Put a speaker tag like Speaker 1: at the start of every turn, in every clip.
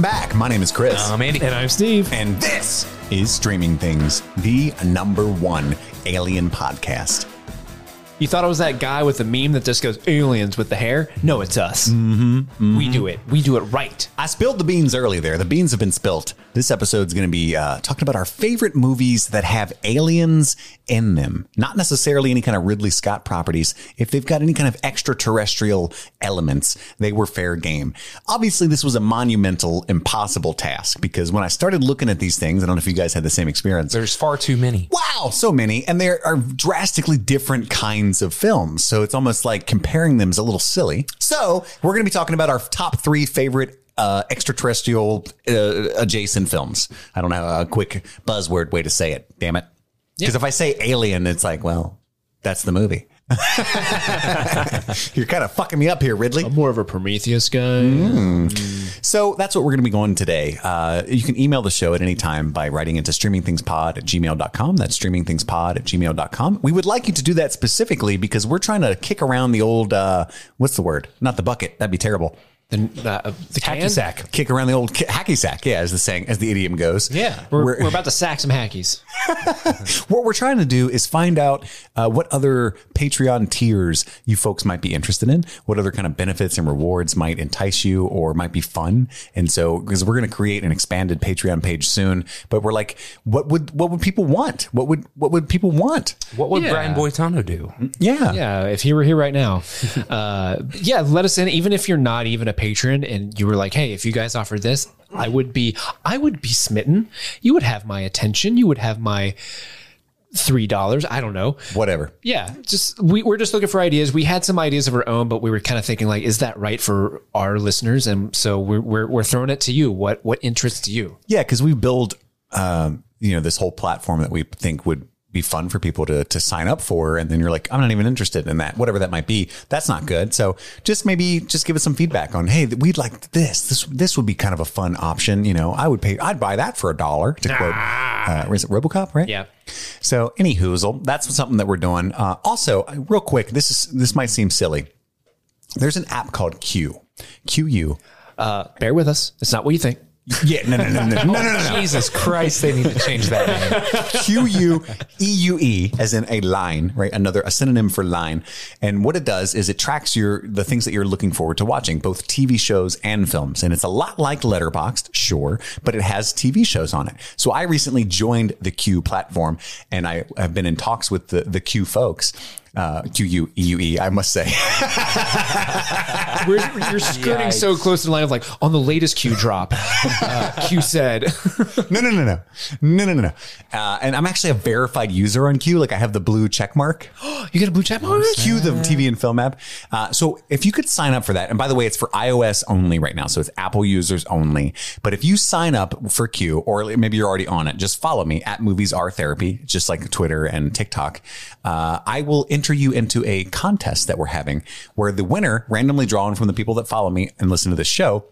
Speaker 1: back. My name is Chris.
Speaker 2: Um,
Speaker 3: I'm Andy.
Speaker 2: And I'm Steve.
Speaker 1: and this is Streaming Things, the number one alien podcast.
Speaker 2: You thought it was that guy with the meme that just goes aliens with the hair? No, it's us. Mm-hmm, We do it. We do it right.
Speaker 1: I spilled the beans early there. The beans have been spilt. This episode's going to be uh, talking about our favorite movies that have aliens in them. Not necessarily any kind of Ridley Scott properties. If they've got any kind of extraterrestrial elements, they were fair game. Obviously, this was a monumental, impossible task because when I started looking at these things, I don't know if you guys had the same experience.
Speaker 3: There's far too many.
Speaker 1: Wow, so many. And there are drastically different kinds of films. So it's almost like comparing them is a little silly. So we're going to be talking about our top three favorite uh, extraterrestrial uh, adjacent films. I don't know a quick buzzword way to say it. Damn it. Because if I say alien, it's like, well, that's the movie. You're kind of fucking me up here, Ridley.
Speaker 2: More of a Prometheus guy.
Speaker 1: So that's what we're going to be going today. Uh, you can email the show at any time by writing into streamingthingspod at gmail.com. That's streamingthingspod at gmail.com. We would like you to do that specifically because we're trying to kick around the old, uh, what's the word? Not the bucket. That'd be terrible.
Speaker 2: The, uh, the
Speaker 3: Hacky
Speaker 2: can?
Speaker 3: sack.
Speaker 1: Kick around the old ki- hacky sack. Yeah, as the saying, as the idiom goes.
Speaker 3: Yeah.
Speaker 2: We're,
Speaker 1: We're-
Speaker 2: we're about to sack some hackies.
Speaker 1: What we're trying to do is find out uh, what other Patreon tiers you folks might be interested in, what other kind of benefits and rewards might entice you or might be fun. And so, because we're going to create an expanded Patreon page soon, but we're like, what would what would people want? What would what would people want?
Speaker 3: What would
Speaker 2: Yeah.
Speaker 3: Brian Boitano do?
Speaker 1: Yeah,
Speaker 2: Yeah, if he were here right now. Uh, yeah, let us in. Even if you're not even a patron and you were like, hey, if you guys offered this, I would be I would be smitten. You would have my attention. You would have my three dollars. I don't know.
Speaker 1: whatever.
Speaker 2: Yeah, just we, we're just looking for ideas. We had some ideas of our own, but we were kind of thinking like, is that right for our listeners? And so we're we're, we're throwing it to you. What what interests you?
Speaker 1: Yeah, because we build, um, you know, this whole platform that we think would be fun for people to to sign up for, and then you're like, I'm not even interested in that, whatever that might be. That's not good. So just maybe just give us some feedback on, hey, we'd like this. This this would be kind of a fun option. You know, I would pay, I'd buy that for a dollar. To quote, uh, is it RoboCop? Right?
Speaker 2: Yeah.
Speaker 1: So any hoozle, that's something that we're doing. Uh, also, real quick, this is this might seem silly. There's an app called Q, Q U.
Speaker 2: Uh, Bear with us. It's not what you think.
Speaker 1: Yeah, no, no, no, no, no, no, no.
Speaker 3: Jesus Christ, they need to change that name.
Speaker 1: Q U E U E, as in a line, right? Another a synonym for line. And what it does is it tracks your the things that you're looking forward to watching, both TV shows and films. And it's a lot like Letterboxd, sure, but it has TV shows on it. So I recently joined the Q platform, and I have been in talks with the the Q folks. Uh, Q U E U E, I must say.
Speaker 2: We're, you're skirting so close to the line of like on the latest Q drop. Uh, Q said,
Speaker 1: no, no, no, no, no, no, no, no. Uh, and I'm actually a verified user on Q. Like I have the blue check mark.
Speaker 2: "You got a blue check mark."
Speaker 1: Cue the TV and film app. Uh, so if you could sign up for that, and by the way, it's for iOS only right now, so it's Apple users only. But if you sign up for Q, or maybe you're already on it, just follow me at Movies Are Therapy, just like Twitter and TikTok. Uh, I will enter you into a contest that we're having, where the winner, randomly drawn from the people that follow me and listen to this show,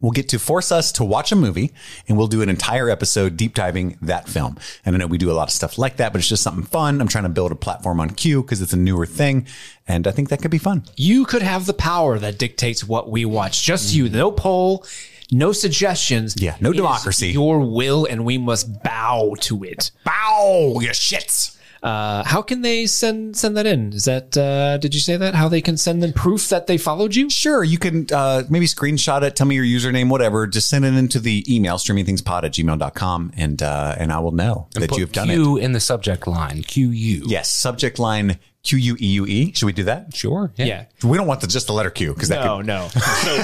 Speaker 1: will get to force us to watch a movie and we'll do an entire episode deep diving that film. And I know we do a lot of stuff like that, but it's just something fun. I'm trying to build a platform on Q because it's a newer thing. And I think that could be fun.
Speaker 2: You could have the power that dictates what we watch. Just you, no poll, no suggestions.
Speaker 1: Yeah, no
Speaker 2: It is
Speaker 1: democracy.
Speaker 2: Your will, and we must bow to it.
Speaker 1: Bow, you shits.
Speaker 2: Uh, how can they send send that in? Is that uh, did you say that? How they can send them proof that they followed you?
Speaker 1: Sure, you can uh, maybe screenshot it, tell me your username, whatever. Just send it into the email, streamingthingspod at gmail.com, and, uh, and I will know that
Speaker 3: Put
Speaker 1: you have done it.
Speaker 3: Q in the subject line. Q U.
Speaker 1: Yes, subject line Q U E U E. Should we do that?
Speaker 3: Sure.
Speaker 2: Yeah.
Speaker 1: We don't want the, just the letter Q because that could
Speaker 2: No, no. So,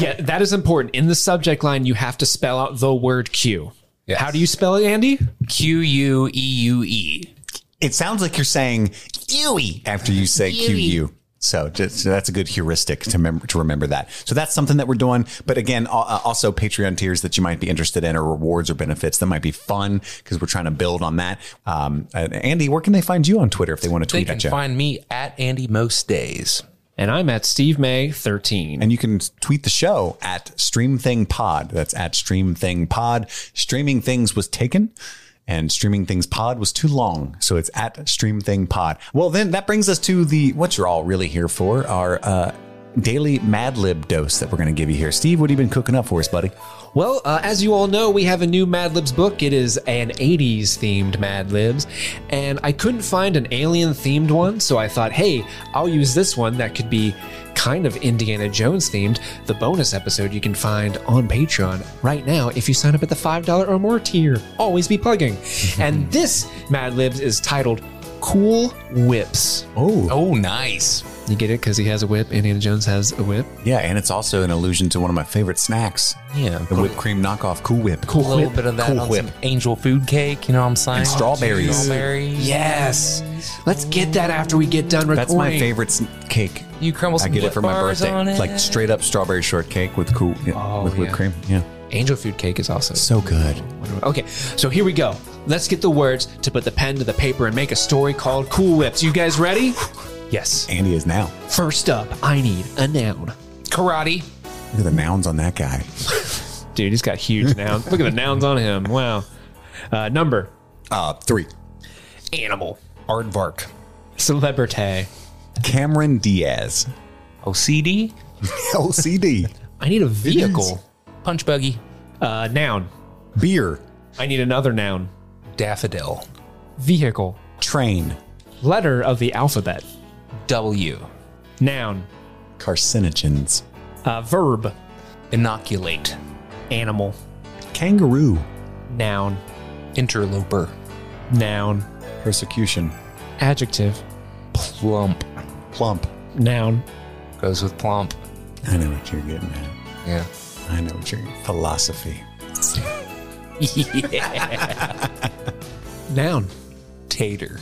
Speaker 2: yeah, that is important. In the subject line, you have to spell out the word Q.
Speaker 3: Yes.
Speaker 2: How do you spell it, Andy?
Speaker 3: Q U E U E.
Speaker 1: it sounds like you're saying ewy after you say QU. So just so that's a good heuristic to remember to remember that. So that's something that we're doing. But again, al- uh, also Patreon tiers that you might be interested in, or rewards or benefits that might be fun because we're trying to build on that. Um, uh, Andy, where can they find you on Twitter if they want to
Speaker 3: They
Speaker 1: tweet
Speaker 3: can
Speaker 1: at you?
Speaker 3: find me at Andy most days.
Speaker 2: And I'm at Steve May 13.
Speaker 1: and you can tweet the show at StreamThingPod. That's at StreamThingPod. Streaming Things was taken, and Streaming Things Pod was too long, so it's at StreamThingPod. Well, then that brings us to the what you're all really here for our uh, daily Mad Lib dose that we're going to give you here. Steve, what have you been cooking up for us, buddy?
Speaker 2: Well, uh, as you all know, we have a new Mad Libs book. It is an 80s themed Mad Libs, and I couldn't find an alien themed one, so I thought, hey, I'll use this one that could be kind of Indiana Jones themed. The bonus episode you can find on Patreon right now if you sign up at the $5 or more tier. Always be plugging. and this Mad Libs is titled Cool Whips.
Speaker 1: Oh,
Speaker 3: Oh, nice.
Speaker 2: You get it because he has a whip. Indiana Jones has a whip.
Speaker 1: yeah. And it's also an allusion to one of my favorite snacks
Speaker 3: Yeah.
Speaker 1: the whipped cream knockoff Cool Whip.
Speaker 3: A little bit of that
Speaker 1: Cool
Speaker 3: on
Speaker 1: Whip.
Speaker 3: some angel food cake. You know what I'm saying?
Speaker 1: And strawberries.
Speaker 3: Strawberries.
Speaker 2: Yes. Let's get that after we get done recording.
Speaker 1: That's my favorite sn- cake.
Speaker 3: You crumble
Speaker 1: I
Speaker 3: some
Speaker 1: get it for my birthday.
Speaker 3: On it. Oh,
Speaker 1: Like straight up strawberry shortcake with cool with whipped
Speaker 2: yeah.
Speaker 1: cream. Yeah.
Speaker 2: Angel food cake is also
Speaker 1: So good.
Speaker 2: okay. So here we go. Let's get the words to put the pen to the paper and make a story called Cool Whips. You guys ready? Yes.
Speaker 1: Andy is now.
Speaker 2: First up, I need a noun.
Speaker 3: karate.
Speaker 1: Look at the nouns on that guy.
Speaker 2: Dude, he's got huge nouns. Look at the nouns on him. Wow. Uh, number,
Speaker 1: Uh, three.
Speaker 2: animal,
Speaker 1: Aardvark.
Speaker 2: celebrity.
Speaker 1: Cameron Diaz.
Speaker 3: Oh, OCD.
Speaker 1: LCD.
Speaker 2: I need a vehicle.
Speaker 3: Punch buggy.
Speaker 2: Uh, noun.
Speaker 1: Beer.
Speaker 2: I need another noun.
Speaker 3: Daffodil.
Speaker 2: Vehicle.
Speaker 1: Train.
Speaker 2: Letter of the alphabet.
Speaker 3: W.
Speaker 2: Noun.
Speaker 1: Carcinogens.
Speaker 2: Uh, verb.
Speaker 3: Inoculate.
Speaker 2: Animal.
Speaker 1: Kangaroo.
Speaker 2: Noun.
Speaker 3: Interloper.
Speaker 2: Noun.
Speaker 1: Persecution.
Speaker 2: Adjective.
Speaker 3: Plump.
Speaker 1: Plump.
Speaker 2: Noun.
Speaker 3: Goes with plump.
Speaker 1: I know what you're getting at.
Speaker 3: Yeah.
Speaker 1: I know what you're philosophy.
Speaker 2: Noun.
Speaker 3: Tater.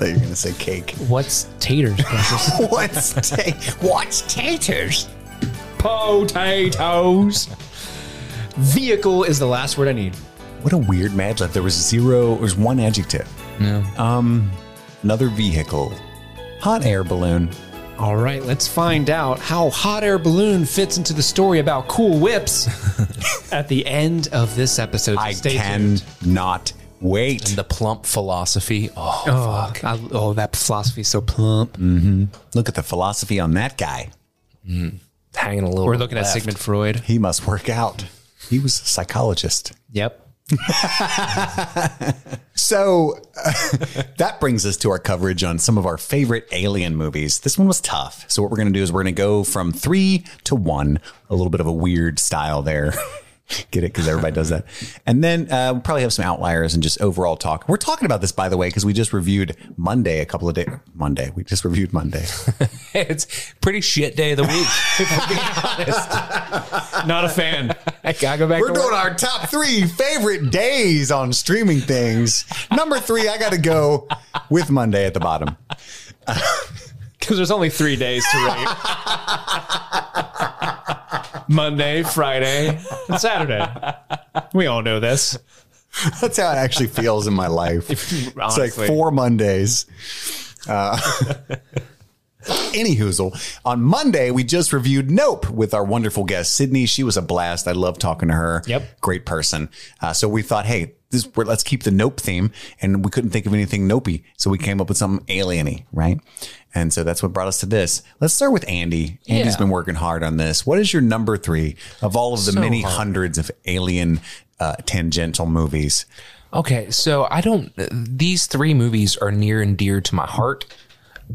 Speaker 1: I thought you were gonna say cake.
Speaker 2: What's taters?
Speaker 1: What's ta- what's taters?
Speaker 2: Potatoes. Vehicle is the last word I need.
Speaker 1: What a weird mad lib. There was zero. There was one adjective. Um, another vehicle. Hot air balloon.
Speaker 2: All right, let's find out how hot air balloon fits into the story about cool whips at the end of this episode. So
Speaker 1: I
Speaker 2: stay tuned.
Speaker 1: cannot wait.
Speaker 3: The plump philosophy. Oh,
Speaker 2: Oh, I, oh, that philosophy is so plump.
Speaker 1: Look at the philosophy on that guy.
Speaker 3: hanging a little.
Speaker 2: We're looking
Speaker 3: left.
Speaker 2: at Sigmund Freud.
Speaker 1: He must work out. He was a psychologist.
Speaker 2: Yep.
Speaker 1: So that brings us to our coverage on some of our favorite alien movies. This one was tough. So what we're going to do is we're going to go from three to one, a little bit of a weird style there. Get it? Because everybody does that. And then uh, we'll probably have some outliers and just overall talk. We're talking about this, by the way, because we just reviewed Monday a couple of days. Monday. We just reviewed Monday.
Speaker 3: it's pretty shit day of the week.
Speaker 2: Not a fan. I gotta go back.
Speaker 1: We're
Speaker 2: to work.
Speaker 1: doing our top three favorite days on streaming things. Number three, I got to go with Monday at the bottom.
Speaker 2: Because there's only three days to rate. Monday, Friday, and Saturday. We all know this.
Speaker 1: That's how it actually feels in my life. It's like
Speaker 2: Honestly.
Speaker 1: four Mondays. Uh, any hoozle. On Monday, we just reviewed Nope with our wonderful guest, Sydney. She was a blast. I love talking to her.
Speaker 2: Yep.
Speaker 1: Great person. Uh, so we thought, hey, this, we're, let's keep the Nope theme. And we couldn't think of anything Nopey. So we came up with something alieny, right? And so that's what brought us to this. Let's start with Andy. Andy's
Speaker 3: Yeah.
Speaker 1: been working hard on this. What is your number three of all of the many
Speaker 3: hard.
Speaker 1: hundreds of alien uh, tangential movies?
Speaker 3: Okay, so I don't. These three movies are near and dear to my heart,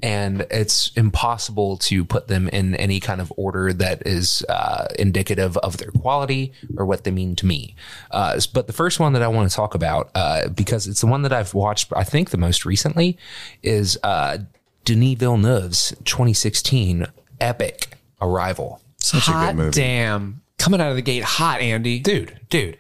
Speaker 3: and it's impossible to put them in any kind of order that is uh, indicative of their quality or what they mean to me. Uh, but the first one that I want to talk about, uh, because it's the one that I've watched, I think the most recently, is uh, Denis Villeneuve's 2016 epic Arrival.
Speaker 1: Such a good
Speaker 2: Hot
Speaker 1: movie.
Speaker 2: damn. Coming out of the gate hot, Andy.
Speaker 3: dude dude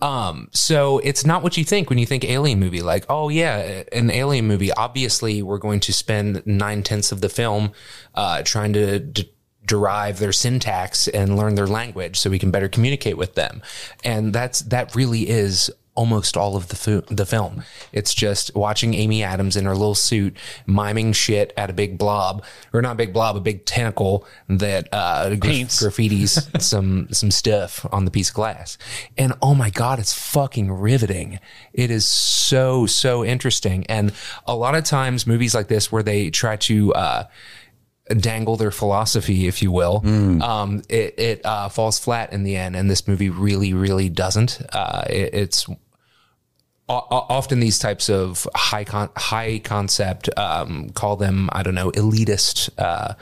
Speaker 3: um so it's not what you think when you think alien movie like oh yeah an alien movie obviously we're going to spend nine tenths of the film uh trying to d- derive their syntax and learn their language so we can better communicate with them and that's that really is almost all of the fu- the film it's just watching Amy Adams in her little suit miming shit at a big blob or not big blob a big tentacle that uh graf-
Speaker 2: Paints.
Speaker 3: graffitis some some stuff on the piece of glass and oh my god it's fucking riveting it is so so interesting and a lot of times movies like this where they try to uh dangle their philosophy, if you will, um, it, it uh, falls flat in the end. And this movie really, really doesn't. Uh, it, it's o- o- often these types of high con- high concept, um, call them I don't know, elitist uh,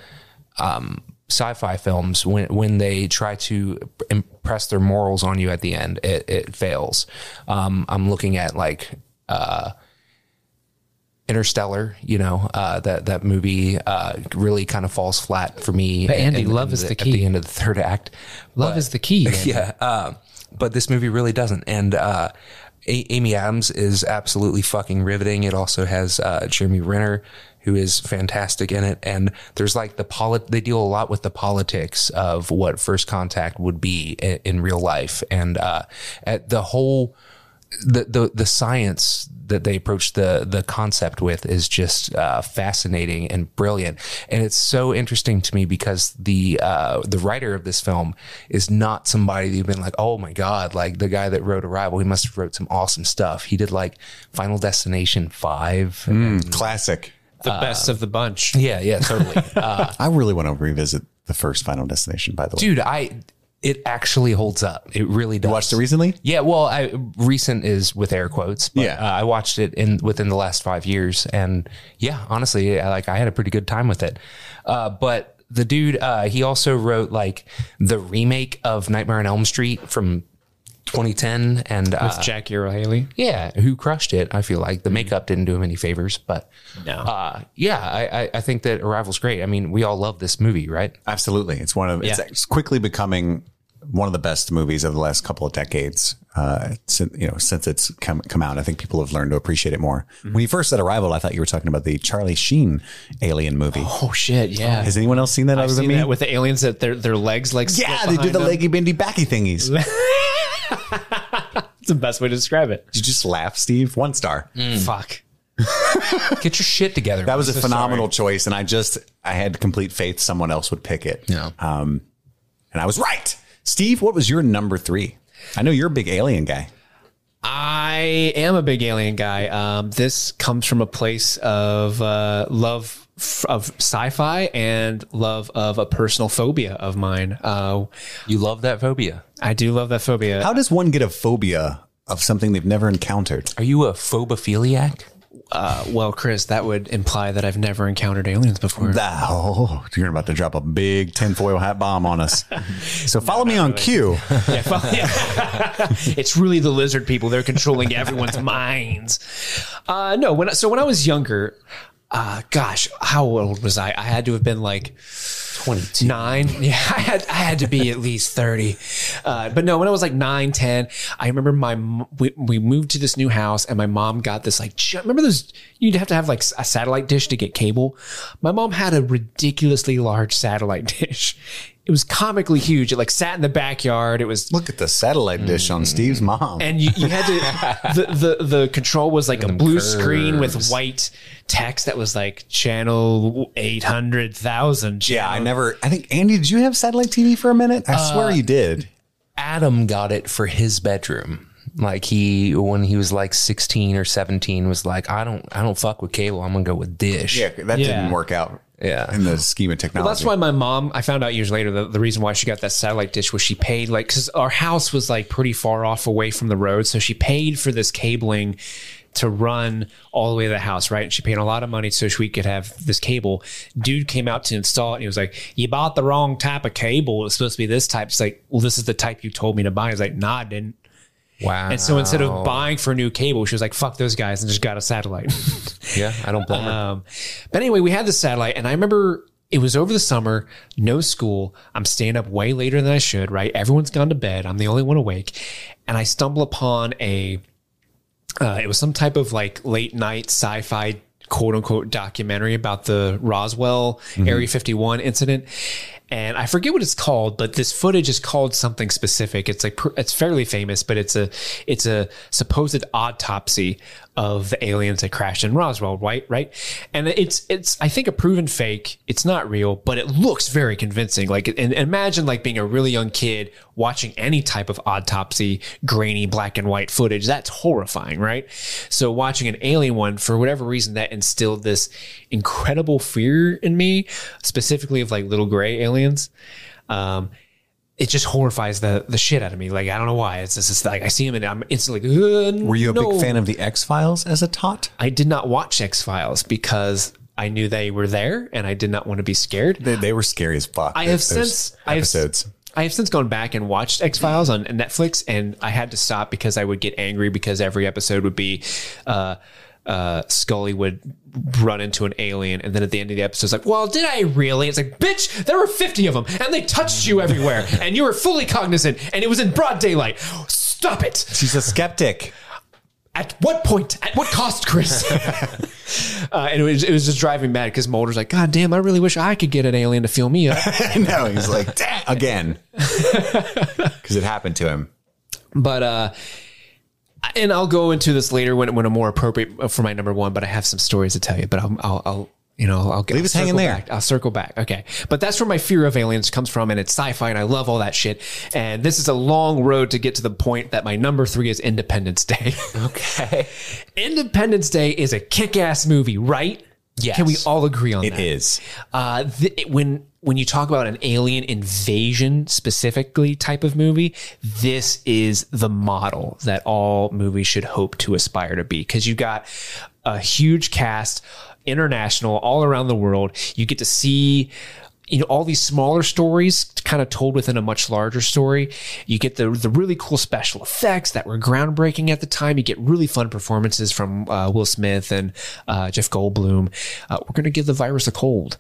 Speaker 3: um, sci-fi films. When when they try to impress their morals on you at the end, it, it fails. Um, I'm looking at like. Uh, Interstellar, you know, uh, that that movie uh, really kind of falls flat for me. But
Speaker 2: Andy, love is the
Speaker 3: At
Speaker 2: key.
Speaker 3: the end of the third act,
Speaker 2: Love is the key. man.
Speaker 3: yeah, uh, but this movie really doesn't. And uh, a- Amy Adams is absolutely fucking riveting. It also has uh, Jeremy Renner, who is fantastic in it. And there's like the polit. They deal a lot with the politics of what first contact would be in, in real life, and uh, at the whole the, the the science that they approach the the concept with is just uh, fascinating and brilliant, and it's so interesting to me because the uh, the writer of this film is not somebody that you've been like, oh my god, like the guy that wrote Arrival, he must have wrote some awesome stuff. He did like Final Destination Five.
Speaker 1: Hmm. Classic.
Speaker 2: The best of the bunch.
Speaker 3: Yeah, yeah, totally.
Speaker 1: I really want to revisit the first Final Destination. By the way,
Speaker 3: Dude, I it actually holds up. It really does.
Speaker 1: you watched it recently.
Speaker 3: Yeah, well, I recent is with air quotes. But,
Speaker 1: Yeah.
Speaker 3: uh, I watched it in within the last five years, and yeah, honestly, I, like I had a pretty good time with it. Uh, but the dude, uh, he also wrote like the remake of Nightmare on Elm Street from 2010, and uh,
Speaker 2: Jack O'Haley.
Speaker 3: yeah, who crushed it? I feel like the
Speaker 1: Mm-hmm.
Speaker 3: makeup didn't do him any favors, but
Speaker 2: No.
Speaker 3: uh, yeah, I, I, I think that Arrival's great. I mean, we all love this movie, right?
Speaker 1: Absolutely, it's one of it's,
Speaker 2: Yeah.
Speaker 1: it's quickly becoming one of the best movies of the last couple of decades. Uh, since you know, since it's come come out, I think people have learned to appreciate it more.
Speaker 2: Mm-hmm.
Speaker 1: When you first said Arrival, I thought you were talking about the Charlie Sheen Alien movie.
Speaker 2: Oh shit! Yeah.
Speaker 1: Has anyone else seen that other than
Speaker 2: Seen
Speaker 1: me?
Speaker 2: that with the aliens that their their legs like split
Speaker 1: yeah, they do
Speaker 2: behind
Speaker 1: the
Speaker 2: them?
Speaker 1: leggy bendy backy thingies. Did
Speaker 2: It's the best way to describe it.
Speaker 1: you just laugh, Steve? One star.
Speaker 2: Mm, Fuck.
Speaker 3: Get your shit together.
Speaker 1: That was a phenomenal choice, and I just I had complete faith someone else would pick it.
Speaker 3: Yeah.
Speaker 1: Um, and I was right. Steve, what was your number three? I know you're a big alien guy.
Speaker 2: I am a big alien guy. Um, this comes from a place of uh, love f- of sci-fi and love of a personal phobia of mine. Uh,
Speaker 3: you love that phobia.
Speaker 2: I do love that phobia.
Speaker 1: How does one get a phobia of something they've never encountered?
Speaker 3: Are you a phobophiliac?
Speaker 2: Uh, well, Chris, that would imply that I've never encountered aliens before.
Speaker 1: Oh, you're about to drop a big tinfoil hat bomb on us. So follow me on cue.
Speaker 2: Yeah, well, yeah. it's really the lizard people. They're controlling everyone's minds. Uh, no, when I- so when I was younger, uh, gosh, how old was I? I had to have been like
Speaker 3: 22.
Speaker 2: nine. Yeah, I had I had to be at least thirty. Uh, but no, when I was like nine, ten, I remember my m- we, we moved to this new house, and my mom got this like gi- remember those you'd have to have like a satellite dish to get cable. My mom had a ridiculously large satellite dish. It was comically huge. It like sat in the backyard. It was
Speaker 1: Look at the satellite dish on Steve's mom.
Speaker 2: Mm. and you, you had to the, the the control was like a blue screen with
Speaker 3: curves.
Speaker 2: white text that was like channel eight hundred thousand.
Speaker 1: yeah, I never. I think Andy, did you have satellite TV for a minute? I
Speaker 2: Uh,
Speaker 1: swear you did.
Speaker 3: Adam got it for his bedroom. Like he when he was like 16 or 17 was like I don't I don't fuck with cable. I'm going to go with dish.
Speaker 1: Yeah, that didn't work out.
Speaker 3: Yeah.
Speaker 1: in the scheme of technology.
Speaker 2: That's why my mom, I found out years later that the reason why she got that satellite dish was she paid like because our house was like pretty far off away from the road, so she paid for this cabling to run all the way to the house, right? And she paid a lot of money so she could have this cable. Dude came out to install it and he was like, "You bought the wrong type of cable. It's supposed to be this type." It's like, "Well, this is the type you told me to buy." He's like, "Nah, I didn't."
Speaker 3: Wow.
Speaker 2: And so instead of buying for a new cable, she was like, "Fuck those guys," and just got a satellite.
Speaker 3: Yeah, I don't blame her.
Speaker 2: Um, but anyway, we had the satellite, and I remember it was over the summer, no school. I'm staying up way later than I should, right? Everyone's gone to bed. I'm the only one awake. And I stumble upon a, uh, it was some type of like late night sci fi quote unquote documentary about the Roswell Area 51 incident. And I forget what it's called, but this footage is called something specific. It's like pr- it's fairly famous, but it's a it's a supposed autopsy of the aliens that crashed in Roswell, right? Right, and it's it's I think a proven fake. It's not real, but it looks very convincing. Like, and, and imagine like being a really young kid watching any type of autopsy, grainy black and white footage. That's horrifying, right? So watching an alien one for whatever reason that instilled this incredible fear in me, specifically of like little gray aliens. Um, it just horrifies the the shit out of me. Like I don't know why. It's just it's like I see him and I'm instantly. Like,
Speaker 1: Were you a big fan of the X Files as a tot?
Speaker 2: I did not watch X Files because I knew they were there and I did not want to be scared.
Speaker 1: They, they were scary as fuck.
Speaker 2: I have
Speaker 1: those
Speaker 2: since I have,
Speaker 1: episodes.
Speaker 2: I have since gone back and watched X Files on Netflix, and I had to stop because I would get angry because every episode would be. Uh, uh, Scully would run into an alien, and then at the end of the episode, it's like, "Well, did I really?" It's like, "Bitch, there were fifty of them, and they touched you everywhere, and you were fully cognizant, and it was in broad daylight. Stop it!"
Speaker 1: She's a skeptic.
Speaker 2: at what point, at what cost, Chris? uh, and it was, it was just driving me mad because Mulder's like, God damn, I really wish I could get an alien to fill me up.
Speaker 1: I know. He's like, "Damn," again. Because it happened to him.
Speaker 2: but, uh, and I'll go into this later when, when I'm more appropriate for my number one, but I have some stories to tell you, but I'll, I'll, I'll you know, I'll get
Speaker 1: Leave us hanging there.
Speaker 2: Back. I'll circle back. Okay. But that's where my fear of aliens comes from. And it's sci fi and I love all that shit. And this is a long road to get to the point that my number three is Independence Day.
Speaker 3: Okay.
Speaker 2: Independence Day is a kick ass movie, right?
Speaker 3: Yes.
Speaker 2: Can we all agree on
Speaker 1: It
Speaker 2: that?
Speaker 1: is.
Speaker 2: Uh, th- it- when when you talk about an alien invasion specifically type of movie, this is the model that all movies should hope to aspire to be because you got a huge cast, international, all around the world. You get to see. You know all these smaller stories, kind of told within a much larger story. You get the the really cool special effects that were groundbreaking at the time. You get really fun performances from uh, Will Smith and uh, Jeff Goldblum. Uh, we're gonna give the virus a cold,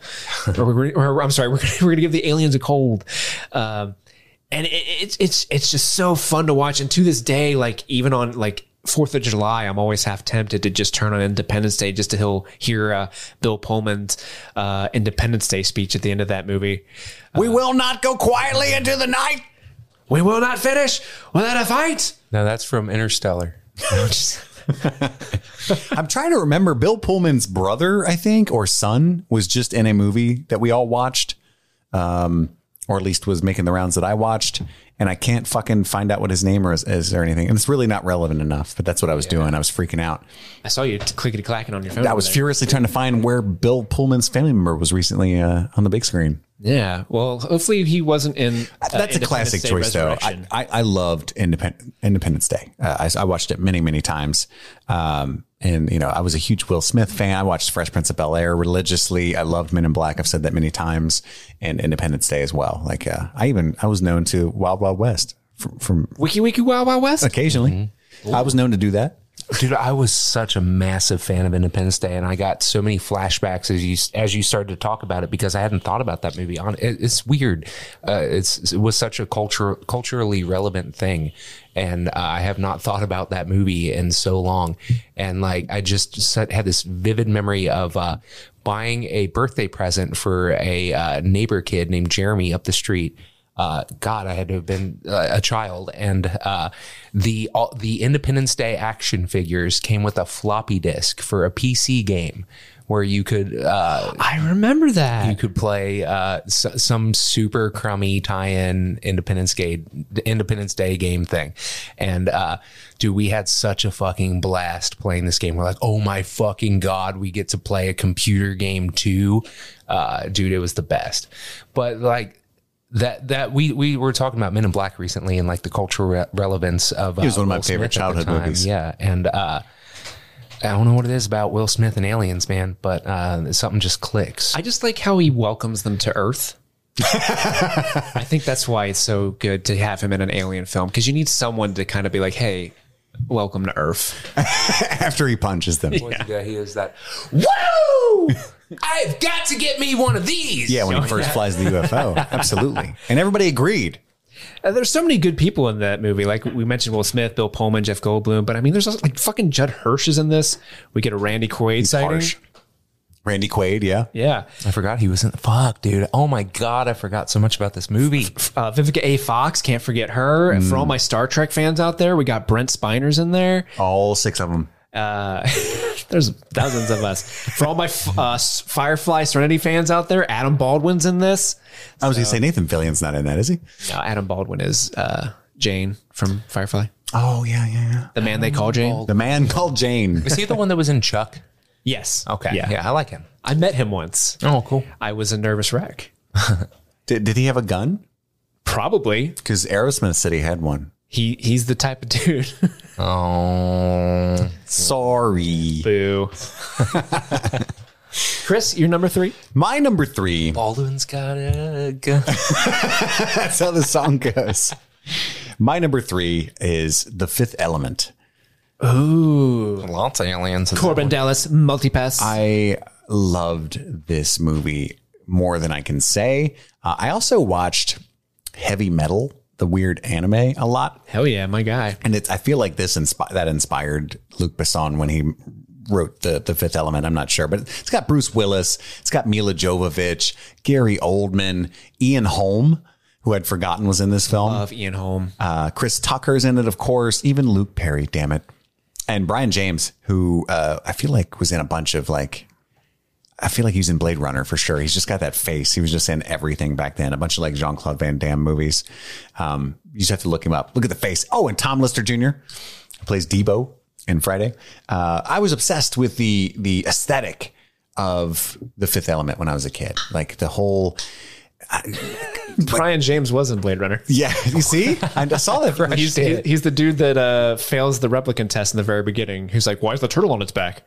Speaker 2: or, we're, or I'm sorry, we're gonna, we're gonna give the aliens a cold. Um, and it, it's it's it's just so fun to watch. And to this day, like even on like Fourth of July, I'm always half tempted to just turn on Independence Day just to he'll hear uh, Bill Pullman's uh, Independence Day speech at the end of that movie.
Speaker 1: we will not go quietly into the night.
Speaker 2: We will not finish without a fight.
Speaker 3: No, that's from Interstellar.
Speaker 1: I'm trying to remember Bill Pullman's brother, I think, or son was just in a movie that we all watched, um, or at least was making the rounds that I watched. And I can't fucking find out what his name is, is or anything. And it's really not relevant enough, but that's what I was doing. I was freaking out.
Speaker 2: I saw you clickety clacking on your phone.
Speaker 1: I was
Speaker 2: over there.
Speaker 1: furiously trying to find where Bill Pullman's family member was recently uh, on the big screen.
Speaker 2: Yeah. Well, hopefully he wasn't in. uh,
Speaker 1: That's a
Speaker 2: Independence
Speaker 1: classic
Speaker 2: Day
Speaker 1: choice, though.
Speaker 2: Resurrection.
Speaker 1: I, I, I loved Independ- Independence Day. Uh, I, I watched it many, many times. Um, and, you know, I was a huge Will Smith fan. I watched Fresh Prince of Bel Air religiously. I loved Men in Black. I've said that many times. And Independence Day as well. Like, uh, I even, I was known to Wild Wild West from, from
Speaker 2: Wiki Wiki Wild Wild West.
Speaker 1: occasionally. I was known to do that.
Speaker 3: Dude, I was such a massive fan of Independence Day, and I got so many flashbacks as you as you started to talk about it because I hadn't thought about that movie. On it, it's weird. Uh, it's it was such a culture culturally relevant thing, and uh, I have not thought about that movie in so long. And like, I just set, had this vivid memory of uh, buying a birthday present for a uh, neighbor kid named Jeremy up the street uh, God, I had to have been uh, a child, and uh, the all, the Independence Day action figures came with a floppy disk for a PC game where you could uh,
Speaker 2: I remember that.
Speaker 3: you could play uh, s- some super crummy tie-in Independence Day Independence Day game thing. And uh, dude, we had such a fucking blast playing this game. We're like, oh my fucking god, we get to play a computer game too. Uh, dude, it was the best. But like. That that we we were talking about Men in Black recently and like the cultural re- relevance of uh,
Speaker 1: was one of my
Speaker 3: Will
Speaker 1: favorite
Speaker 3: Smith at the
Speaker 1: childhood
Speaker 3: time.
Speaker 1: movies.
Speaker 3: Yeah, and uh, I don't know what it is about Will Smith and aliens, man, but uh, something just clicks.
Speaker 2: I just like how he welcomes them to Earth. I think that's why it's so good to have him in an alien film because you need someone to kind of be like, "Hey, welcome to Earth."
Speaker 1: After he punches them. Yeah,
Speaker 3: Yeah, he is that. Woo! I've got to get me one of these.
Speaker 1: when he first flies the UFO. Absolutely. And everybody agreed.
Speaker 2: Uh, there's so many good people in that movie. Like we mentioned, Will Smith, Bill Pullman, Jeff Goldblum, but I mean, there's also, like fucking Judd Hirsch is in this. We get a Randy Quaid sighting.
Speaker 1: Harsh. Randy Quaid, yeah.
Speaker 2: Yeah,
Speaker 3: I forgot he was in. Fuck, dude. Oh my god, I forgot so much about this movie.
Speaker 2: uh, Vivica A. Fox can't forget her. And for all my Star Trek fans out there, we got Brent Spiner's in there.
Speaker 1: All six of them.
Speaker 2: Uh, there's dozens of us. For all my f- uh, s- Firefly Serenity fans out there, Adam Baldwin's in this.
Speaker 1: I was going to say Nathan Fillion's not in that, is he?
Speaker 2: No, Adam Baldwin is uh, Jane from Firefly,
Speaker 1: Oh yeah, yeah, yeah.
Speaker 2: the man they call Jane.
Speaker 1: The man called Jane.
Speaker 3: Is he the one that was in Chuck?
Speaker 2: Yes.
Speaker 3: Okay.
Speaker 2: Yeah.
Speaker 3: I like him.
Speaker 2: I met him once.
Speaker 3: Oh, cool.
Speaker 2: I was a nervous wreck.
Speaker 1: Did, did he have a gun?
Speaker 2: Probably.
Speaker 1: Because Aerosmith said he had one.
Speaker 2: He he's the type of dude.
Speaker 3: Oh,
Speaker 1: Sorry.
Speaker 2: Boo. Chris, you're number three.
Speaker 1: My number three.
Speaker 3: Baldwin's got a gun.
Speaker 1: That's how the song goes. My number three is The Fifth Element.
Speaker 3: Lots of aliens.
Speaker 2: Corbin Dallas, multipass.
Speaker 1: I loved this movie more than I can say. Uh, I also watched Heavy Metal, the weird anime, a lot,
Speaker 2: Hell yeah, my guy.
Speaker 1: and it's I feel like this inspi- that inspired Luc Besson when he wrote the the Fifth Element. I'm not sure, but it's got Bruce Willis, it's got Mila Jovovich, Gary Oldman, Ian Holm, who I'd forgotten was in this film.
Speaker 2: Of Ian Holm.
Speaker 1: Uh, Chris Tucker's in it, of course. Even Luke Perry, damn it, and Brian James, who uh, I feel like was in a bunch of like, I feel like he's in Blade Runner for sure. He's just got that face. He was just in everything back then, a bunch of like Jean Claude Van Damme movies. Um, you just have to look him up. Look at the face. Oh, and Tom Lister Jr. who plays Debo in Friday. Uh, I was obsessed with the the aesthetic of the Fifth Element when I was a kid, like the whole.
Speaker 2: Brian James was in Blade Runner.
Speaker 1: Yeah, you see, I saw that. From
Speaker 2: He's, he- he's the dude that uh, fails the replicant test in the very beginning. Who's like, why is the turtle on its back?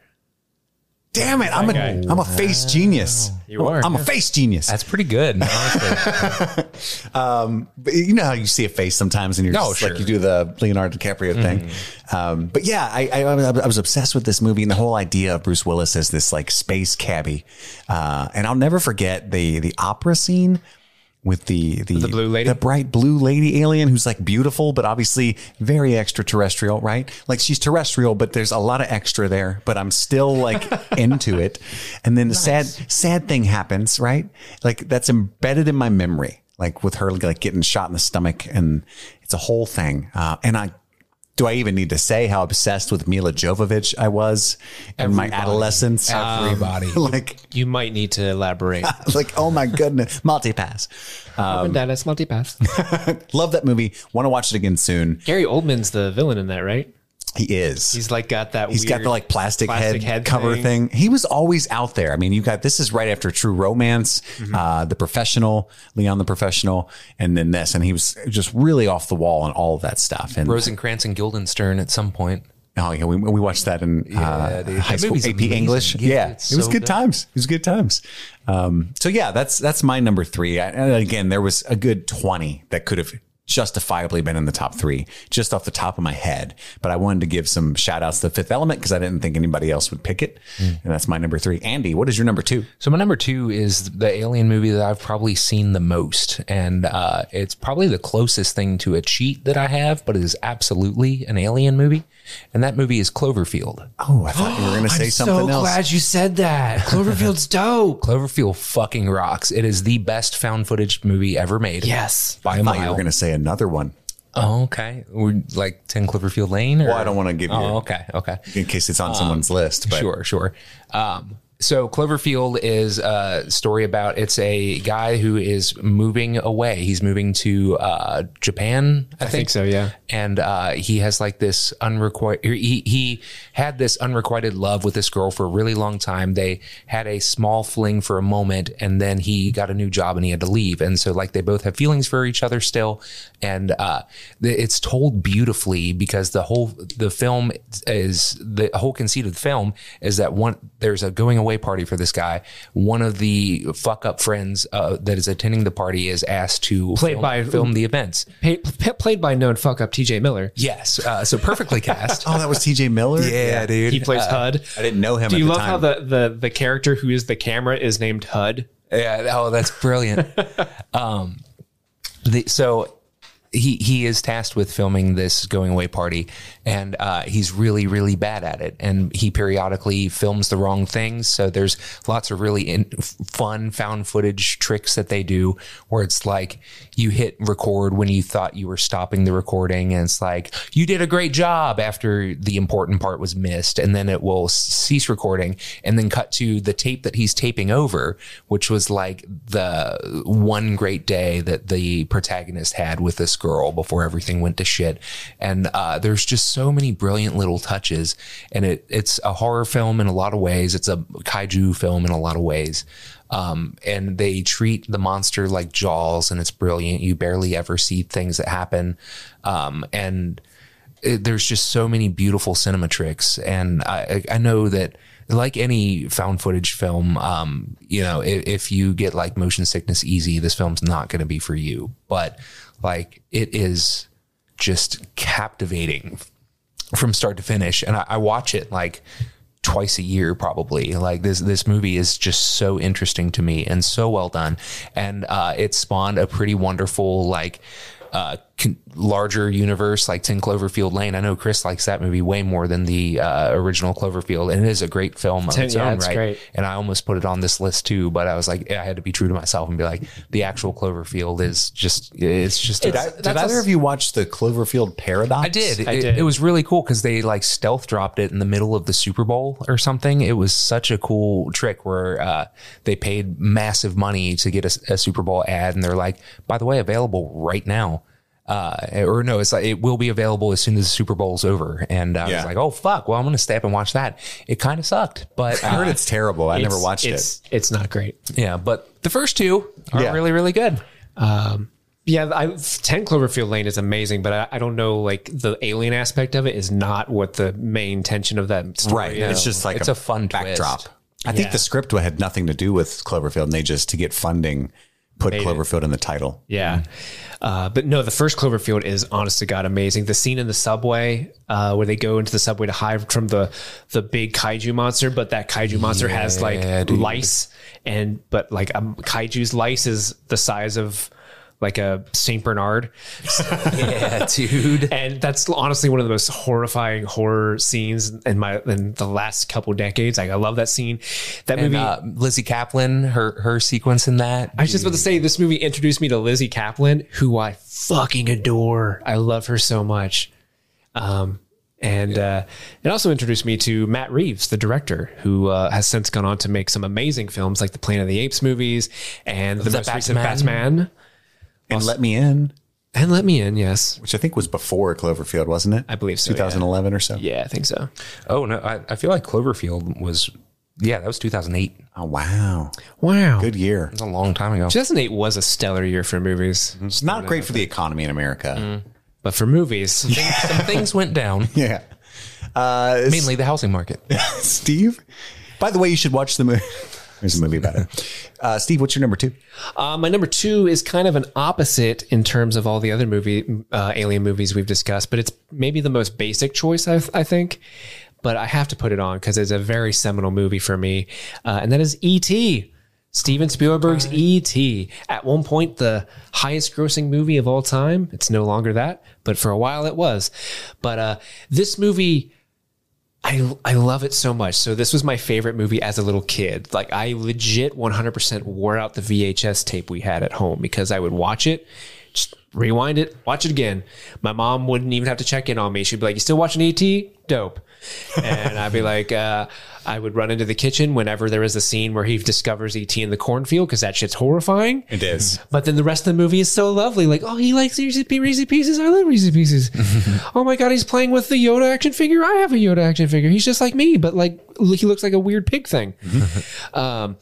Speaker 1: Damn it! I'm a
Speaker 2: guy.
Speaker 1: am a face genius.
Speaker 2: You are,
Speaker 1: I'm a face genius.
Speaker 3: That's pretty good. Honestly.
Speaker 1: But you know how you see a face sometimes, and you're
Speaker 3: No,
Speaker 1: just
Speaker 3: sure.
Speaker 1: like you do the Leonardo DiCaprio thing. Um, but yeah, I, I I was obsessed with this movie and the whole idea of Bruce Willis as this like space cabbie. Uh, and I'll never forget the the opera scene with the the, the
Speaker 2: blue lady?
Speaker 1: the bright blue lady alien who's like beautiful, but obviously very extraterrestrial, right? Like she's terrestrial, but there's a lot of extra there. But I'm still like into it. And then the sad sad thing happens, right? Like that's embedded in my memory, like with her like getting shot in the stomach, and it's a whole thing. Uh, and I. Do I even need to say how obsessed with Mila Jovovich I was in my adolescence?
Speaker 3: Everybody.
Speaker 1: like,
Speaker 2: You might need to elaborate.
Speaker 1: like, oh my goodness, multi-pass.
Speaker 2: Corbin Dallas, multipass.
Speaker 1: Love that movie. Want to watch it again soon.
Speaker 2: Gary Oldman's the villain in that, right?
Speaker 1: He is.
Speaker 2: He's like got that.
Speaker 1: He's got the like plastic, head,
Speaker 2: plastic head
Speaker 1: cover
Speaker 2: thing.
Speaker 1: thing. He was always out there. I mean, you got this is right after True Romance,
Speaker 2: Mm-hmm.
Speaker 1: uh, The Professional, Leon the Professional, and then this, and he was just really off the wall on all of that stuff. And
Speaker 3: Rosencrantz and Guildenstern at some point.
Speaker 1: oh yeah, we, we watched that in uh,
Speaker 3: dude.
Speaker 1: high
Speaker 3: That
Speaker 1: school
Speaker 3: movie's
Speaker 1: AP
Speaker 3: amazing.
Speaker 1: English.
Speaker 3: Yeah,
Speaker 1: Yeah,
Speaker 3: it's
Speaker 1: it was
Speaker 3: so
Speaker 1: good
Speaker 3: good.
Speaker 1: times. It was good times. Um, so yeah, that's that's my number three. I, and again, there was a good twenty that could have justifiably been in the top three just off the top of my head but i wanted to give some shout outs to the fifth element because i didn't think anybody else would pick it and that's my number three andy what is your number two
Speaker 3: So my number two is the alien movie that I've probably seen the most, and uh, it's probably the closest thing to a cheat that I have, but it is absolutely an alien movie, and that movie is Cloverfield.
Speaker 1: oh i thought you were going to say something else
Speaker 2: you said that. Cloverfield's dope.
Speaker 3: Cloverfield fucking rocks. It is the best found footage movie ever made.
Speaker 2: Yes.
Speaker 3: by
Speaker 1: i
Speaker 3: a
Speaker 1: thought you
Speaker 3: mile.
Speaker 1: were going to say another one
Speaker 3: oh, okay, We're like Ten Cloverfield Lane. Or?
Speaker 1: well i don't want to give you
Speaker 3: Oh, okay, okay.
Speaker 1: in case it's on someone's list but
Speaker 3: Sure, sure. Um, so Cloverfield is a story about it's a guy who is moving away. He's moving to uh, Japan, I, think.
Speaker 2: think so, yeah.
Speaker 3: And uh, he has like this unrequited. He he had this unrequited love with this girl for a really long time. They had a small fling for a moment, and then he got a new job and he had to leave. And so like they both have feelings for each other still, and uh, th- it's told beautifully because the whole the film is the whole conceit of the film is that one there's a going away party for this guy. One of the fuck up friends uh, that is attending the party is asked to
Speaker 2: Played
Speaker 3: film,
Speaker 2: by-
Speaker 3: film the events.
Speaker 2: Pa- pa- played by known fuck up TJ Miller.
Speaker 3: Yes, uh, so perfectly cast.
Speaker 1: oh that was tj miller
Speaker 3: dude.
Speaker 2: He plays HUD.
Speaker 1: uh, i didn't know him
Speaker 2: Do
Speaker 1: at
Speaker 2: you
Speaker 1: the
Speaker 2: love
Speaker 1: time
Speaker 2: how the, the the character who is the camera is named HUD?
Speaker 3: Yeah. Oh, that's brilliant. um, the, so he he is tasked with filming this going away party, and uh, he's really really bad at it. And he periodically films the wrong things. So there's lots of really in, fun found footage tricks that they do, where it's like you hit record when you thought you were stopping the recording, and it's like you did a great job after the important part was missed, and then it will cease recording, and then cut to the tape that he's taping over, which was like the one great day that the protagonist had with this girl before everything went to shit. And uh, there's just so many brilliant little touches, and it it's a horror film in a lot of ways. It's a kaiju film in a lot of ways. Um, and they treat the monster like Jaws, and it's brilliant. You barely ever see things that happen, um, and it, there's just so many beautiful cinema tricks, and I, I I know that like any found footage film, um, you know, if, if you get like motion sickness easy, this film's not going to be for you. But like, it is just captivating from start to finish, and I, I watch it like twice a year probably like this this movie is just so interesting to me and so well done and uh it spawned a pretty wonderful like uh con- larger universe like 10 cloverfield lane i know chris likes that movie way more than the uh original cloverfield and it is a great film of its
Speaker 2: yeah,
Speaker 3: own
Speaker 2: it's
Speaker 3: right
Speaker 2: great.
Speaker 3: and i almost put it on this list too but i was like i had to be true to myself and be like the actual cloverfield is just it's just
Speaker 1: Did, I, did
Speaker 2: that's
Speaker 1: either
Speaker 2: a-
Speaker 1: of you watch the Cloverfield Paradox?
Speaker 3: I did.
Speaker 2: I
Speaker 3: it,
Speaker 2: did.
Speaker 3: it was really cool because they like stealth dropped it in the middle of the Super Bowl or something. It was such a cool trick where uh, they paid massive money to get a, a Super Bowl ad, and they're like, "By the way, available right now." Uh, or no, it's like it will be available as soon as the Super Bowl's over. And I
Speaker 1: Yeah.
Speaker 3: was like, "Oh fuck!" Well, I'm gonna stay up and watch that. It kind of sucked, but
Speaker 1: I heard it's terrible. I never
Speaker 2: It's-
Speaker 1: watched it.
Speaker 2: it's, It's not great.
Speaker 3: yeah. But the first two are
Speaker 1: Yeah.
Speaker 3: really, really good.
Speaker 2: Yeah, I, Ten Cloverfield Lane is amazing, but I, I don't know. Like the alien aspect of it is not what the main tension of that story
Speaker 1: Right.
Speaker 2: is.
Speaker 1: It's just like
Speaker 3: It's a fun
Speaker 1: backdrop.
Speaker 3: twist.
Speaker 1: I think the script had nothing to do with Cloverfield, and they just to get funding put Cloverfield in the title.
Speaker 2: Yeah. Uh, but no, the first Cloverfield is honest to God amazing. The scene in the subway uh, where they go into the subway to hide from the the big kaiju monster, but that kaiju monster has like lice, and but like um, kaiju's lice is the size of like a Saint Bernard.
Speaker 3: Yeah, dude.
Speaker 2: And that's honestly one of the most horrifying horror scenes in my in the last couple decades. Like I love that scene. That
Speaker 3: And,
Speaker 2: movie
Speaker 3: uh, Lizzie Kaplan, her her sequence in that.
Speaker 2: I was just about to say this movie introduced me to Lizzie Kaplan, who I fucking adore. I love her so much. Um, and uh, it also introduced me to Matt Reeves, the director, who uh, has since gone on to make some amazing films like the Planet of the Apes movies and the,
Speaker 3: The
Speaker 2: most recent
Speaker 3: Batman.
Speaker 2: Batman.
Speaker 1: And Let Me In,
Speaker 2: And Let Me In, yes.
Speaker 1: which I think was before Cloverfield, wasn't it?
Speaker 2: I believe so, yeah.
Speaker 1: 2011 or so.
Speaker 2: Yeah, I think so.
Speaker 3: Oh no, I, I feel like Cloverfield was yeah, that was 2008.
Speaker 1: Oh, wow.
Speaker 2: Wow.
Speaker 1: Good year.
Speaker 3: It's a long time ago.
Speaker 2: 2008 was a stellar year for movies,
Speaker 1: It's not great for the economy in America.
Speaker 3: Mm.
Speaker 2: but for movies,
Speaker 3: Some things went down,
Speaker 1: Yeah. Uh,
Speaker 3: mainly the housing market.
Speaker 1: Steve, by the way, you should watch the movie. There's a movie about it. Uh, Steve, what's your number two?
Speaker 2: Uh, my number two is kind of an opposite in terms of all the other movie uh, alien movies we've discussed, but it's maybe the most basic choice I, I think. But I have to put it on because it's a very seminal movie for me, uh, and that is E.T. Steven Spielberg's E.T. At one point, the highest grossing movie of all time. It's no longer that, but for a while it was. But uh, this movie. I, I love it so much. So this was my favorite movie as a little kid. Like I legit 100% wore out the VHS tape we had at home because I would watch it, just rewind it, watch it again. My mom wouldn't even have to check in on me. She'd be like, "You still watching ET? Dope." And I'd be like, uh, I would run into the kitchen whenever there is a scene where he discovers ET in the cornfield because that shit's horrifying.
Speaker 1: It is.
Speaker 2: But then the rest of the movie is so lovely. Like, oh, he likes Reese's, Pe- Reese's Pieces. I love Reese's Pieces. oh my God, he's playing with the Yoda action figure. I have a Yoda action figure. He's just like me, but like he looks like a weird pig thing. um,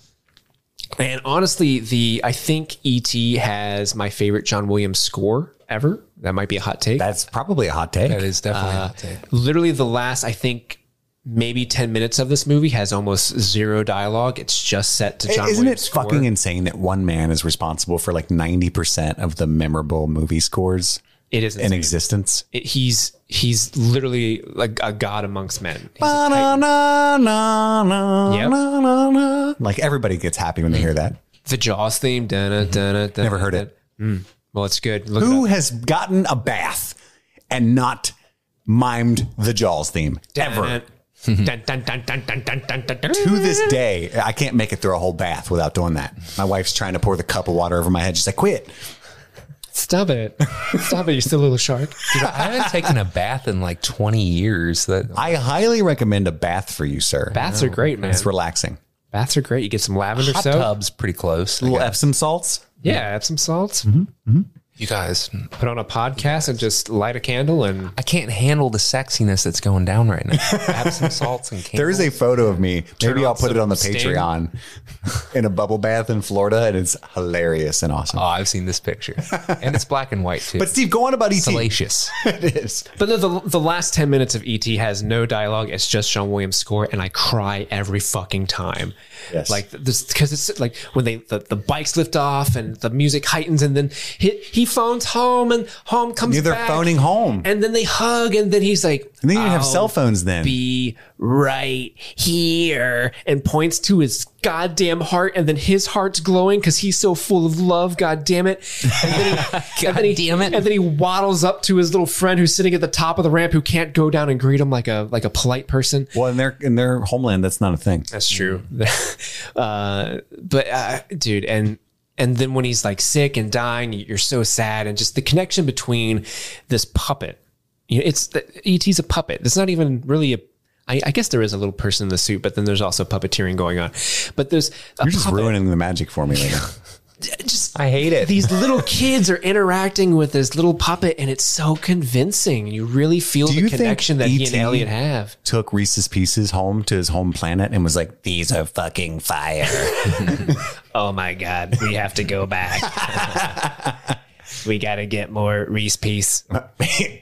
Speaker 2: and honestly, the I think ET has my favorite John Williams score ever. That might be a hot take
Speaker 1: That's probably a hot take.
Speaker 3: That is
Speaker 1: Uh,
Speaker 3: definitely
Speaker 2: literally the last i think maybe 10 minutes of this movie has almost zero dialogue it's just set to john
Speaker 1: Isn't
Speaker 2: Williams
Speaker 1: it
Speaker 2: score.
Speaker 1: fucking insane that one man is responsible for like 90% of the memorable movie scores
Speaker 2: it is
Speaker 1: in
Speaker 2: insane.
Speaker 1: existence?
Speaker 2: It- he's he's literally like a god amongst men He's a titan. Yep.
Speaker 1: Ba-na-na-na-na-na-na-na. Like everybody gets happy when they hear that.
Speaker 2: the jaws theme dun, dun, dun, dun,
Speaker 1: Never heard Mm-hmm. it.
Speaker 2: Mm. Well, it's good. Look
Speaker 1: Who has gotten a bath and not mimed the Jaws theme ever?
Speaker 2: Dun, dun, dun, dun, dun, dun, dun, dun, dun.
Speaker 1: To this day, I can't make it through a whole bath without doing that. My wife's trying to pour the cup of water over my head. She's like, quit.
Speaker 2: Stop it. Stop it, you still little shark.
Speaker 3: Dude, I haven't taken a bath in like 20 years. That
Speaker 1: I highly recommend a bath for you, sir.
Speaker 2: Baths are great, man.
Speaker 1: It's relaxing.
Speaker 2: Baths are great. You get some lavender
Speaker 3: hot
Speaker 2: soap.
Speaker 3: tub's pretty close.
Speaker 1: Little Epsom salts.
Speaker 2: Yeah, add some salts.
Speaker 1: Mm-hmm.
Speaker 3: You guys,
Speaker 2: Put on a podcast and just light a candle and
Speaker 3: I can't handle the sexiness that's going down right now. Have some salts and
Speaker 1: There is
Speaker 3: candles.
Speaker 1: a photo of me. Maybe I'll put it
Speaker 2: some
Speaker 1: on the
Speaker 2: sting.
Speaker 1: Patreon in a bubble bath in Florida, and it's hilarious and awesome.
Speaker 3: Oh, I've seen this picture, and it's black and white too.
Speaker 1: But Steve, go on about ET.
Speaker 3: salacious.
Speaker 1: it is.
Speaker 2: But the, the, the last 10 minutes of ET has no dialogue. It's just Sean Williams' score, and I cry every fucking time.
Speaker 1: Yes.
Speaker 2: Like, this, because it's like when they the, the bikes lift off and the music heightens, and then he, he phones home, and home comes
Speaker 1: Yeah, they're
Speaker 2: back,
Speaker 1: phoning home.
Speaker 2: And then they hug, and then he's like, "Oh,
Speaker 1: And then you have cell phones then.
Speaker 2: Be right here, and points to his goddamn heart, and then his heart's glowing because he's so full of love, goddamn it. And then, he, and then he-
Speaker 3: Goddamn it.
Speaker 2: and then he waddles up to his little friend who's sitting at the top of the ramp who can't go down and greet him like a like a polite person.
Speaker 1: Well, in their in their homeland, that's not a thing.
Speaker 2: That's true. uh, but uh, dude, and and then when he's like sick and dying, you're so sad, and just the connection between this puppet. You know, it's the, ET's a puppet. It's not even really a. I, I guess there is a little person in the suit, but then there's also puppeteering going on. But there's a
Speaker 1: You're just
Speaker 2: puppet-
Speaker 1: ruining the magic for me. Later.
Speaker 2: just
Speaker 3: I hate it.
Speaker 2: these little kids are interacting with this little puppet, and it's so convincing. You really feel
Speaker 1: you
Speaker 2: the
Speaker 1: think
Speaker 2: connection that he and
Speaker 1: E.T.
Speaker 2: Elliot have.
Speaker 1: Took Reese's Pieces home to his home planet and was like, "These are fucking fire."
Speaker 2: Oh my God, we have to go back. we got to get more Reese Piece.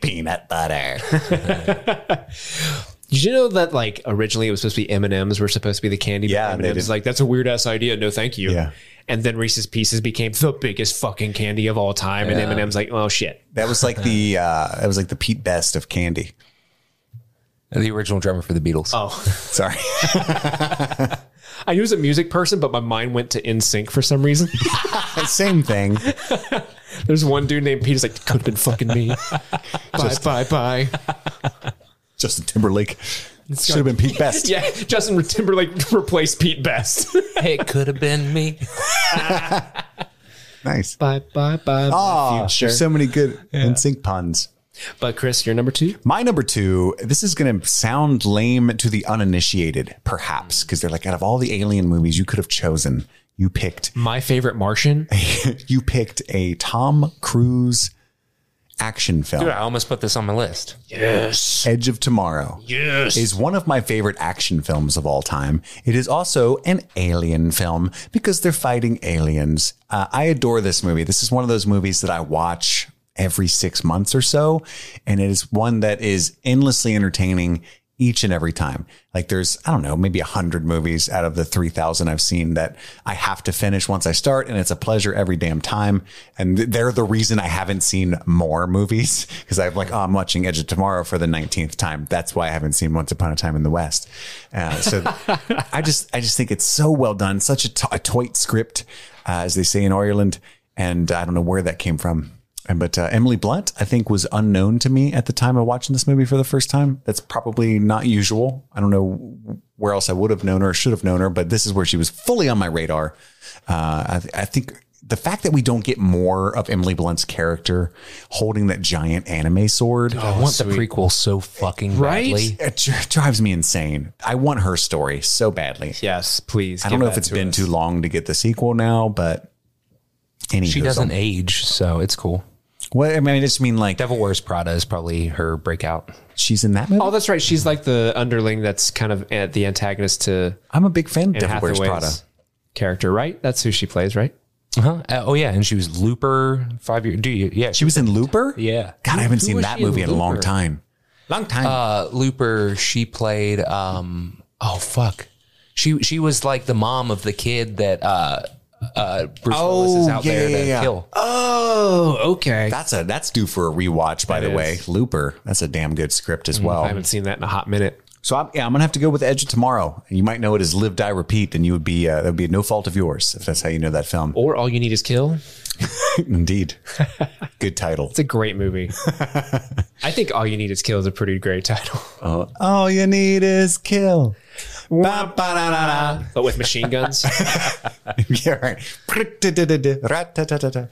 Speaker 1: Peanut butter.
Speaker 2: Did you know that like originally it was supposed to be M and M's were supposed to be the candy? but
Speaker 1: Yeah, they
Speaker 2: M&Ms
Speaker 1: did.
Speaker 2: like that's a weird ass idea. No, thank you.
Speaker 1: Yeah.
Speaker 2: And then Reese's Pieces became the biggest fucking candy of all time, and M and M's like, oh shit.
Speaker 1: That was like the uh, that was like the Pete Best of candy.
Speaker 3: The original drummer for the Beatles.
Speaker 2: Oh,
Speaker 1: Sorry,
Speaker 2: I knew he was a music person, but my mind went to NSYNC for some reason.
Speaker 1: same thing.
Speaker 2: There's one dude named Peter's like could have been fucking me. bye bye bye.
Speaker 1: Justin Timberlake should have been Pete Best.
Speaker 2: Yeah, Justin Timberlake replaced Pete Best.
Speaker 3: Hey, it could have been me.
Speaker 1: Nice.
Speaker 2: bye bye bye. my
Speaker 1: Ah,
Speaker 2: future.
Speaker 1: so many good NSYNC puns.
Speaker 2: but Chris, you're number two.
Speaker 1: My number two, this is going to sound lame to the uninitiated, perhaps, because they're like, out of all the alien movies you could have chosen, you picked
Speaker 2: My favorite Martian.
Speaker 1: you picked a Tom Cruise action film.
Speaker 3: Dude, I almost put this on my list.
Speaker 1: Edge of Tomorrow. Yes. Is one of my favorite action films of all time. It is also an alien film because they're fighting aliens. Uh, I adore this movie. This is one of those movies that I watch every six months or so. And it is one that is endlessly entertaining each and every time. Like there's, I don't know, maybe a hundred movies out of the 3000 I've seen that I have to finish once I start. And it's a pleasure every damn time. And th- they're the reason I haven't seen more movies because I'm like, oh, I'm watching Edge of Tomorrow for the 19th time. That's why I haven't seen Once Upon a Time in the West. Uh, so I just, I just think it's so well done. Such a to- a tight script, uh, as they say in Ireland. And I don't know where that came from. And but uh, Emily Blunt, I think, was unknown to me at the time of watching this movie for the first time. That's probably not usual. I don't know where else I would have known her or should have known her, but this is where she was fully on my radar. Uh, I, th- I think the fact that we don't get more of Emily Blunt's character holding that giant anime sword.
Speaker 3: I want the prequel so fucking
Speaker 2: Right?
Speaker 3: badly.
Speaker 1: It dri- drives me insane. I want her story so badly.
Speaker 2: Yes, please.
Speaker 1: I don't know if it's been too long to get the sequel now, but anywho,
Speaker 3: She doesn't age, so it's cool.
Speaker 1: Well, I mean, I just mean like
Speaker 3: Devil Wears Prada is probably her breakout.
Speaker 1: she's in that movie.
Speaker 2: Oh, that's right. She's like the underling that's kind of at the antagonist to
Speaker 1: I'm a big fan of Devil Wears
Speaker 2: Hathaway's
Speaker 1: Prada.
Speaker 2: character, right? That's who she plays, right?
Speaker 3: Uh-huh. Uh, oh yeah, and she was Looper five year. Do you? Yeah,
Speaker 1: She was in Looper.
Speaker 3: Yeah.
Speaker 1: God, I haven't seen
Speaker 3: was
Speaker 1: that
Speaker 3: she in
Speaker 1: movie in a long
Speaker 3: Looper?
Speaker 1: time. Long time.
Speaker 3: uh, Looper. She played. Um, oh fuck. She she was like the mom of the kid that uh, uh, Bruce Willis is
Speaker 1: Oh,
Speaker 3: out
Speaker 1: yeah,
Speaker 3: there
Speaker 1: yeah,
Speaker 3: to
Speaker 1: yeah.
Speaker 3: kill.
Speaker 2: Oh, okay.
Speaker 1: that's a that's due for a rewatch, by the way. Looper. That's a damn good script as well.
Speaker 2: I
Speaker 3: Mm-hmm.
Speaker 2: haven't seen that in a hot minute.
Speaker 1: so I'm, yeah, I'm gonna have to go with Edge of Tomorrow. You might know it as Live, Die, Repeat, and you would be uh, that would be no fault of yours if that's how you know that film.
Speaker 2: Or All You Need Is Kill.
Speaker 1: Indeed. Good title.
Speaker 2: It's a great movie. I think All You Need Is Kill is a pretty great title,
Speaker 1: All you need is kill. Ba-ba-da-da-da.
Speaker 2: but with machine guns.
Speaker 1: Yeah, right. Prit-da-da-da-da. Rat-ta-ta-ta-ta.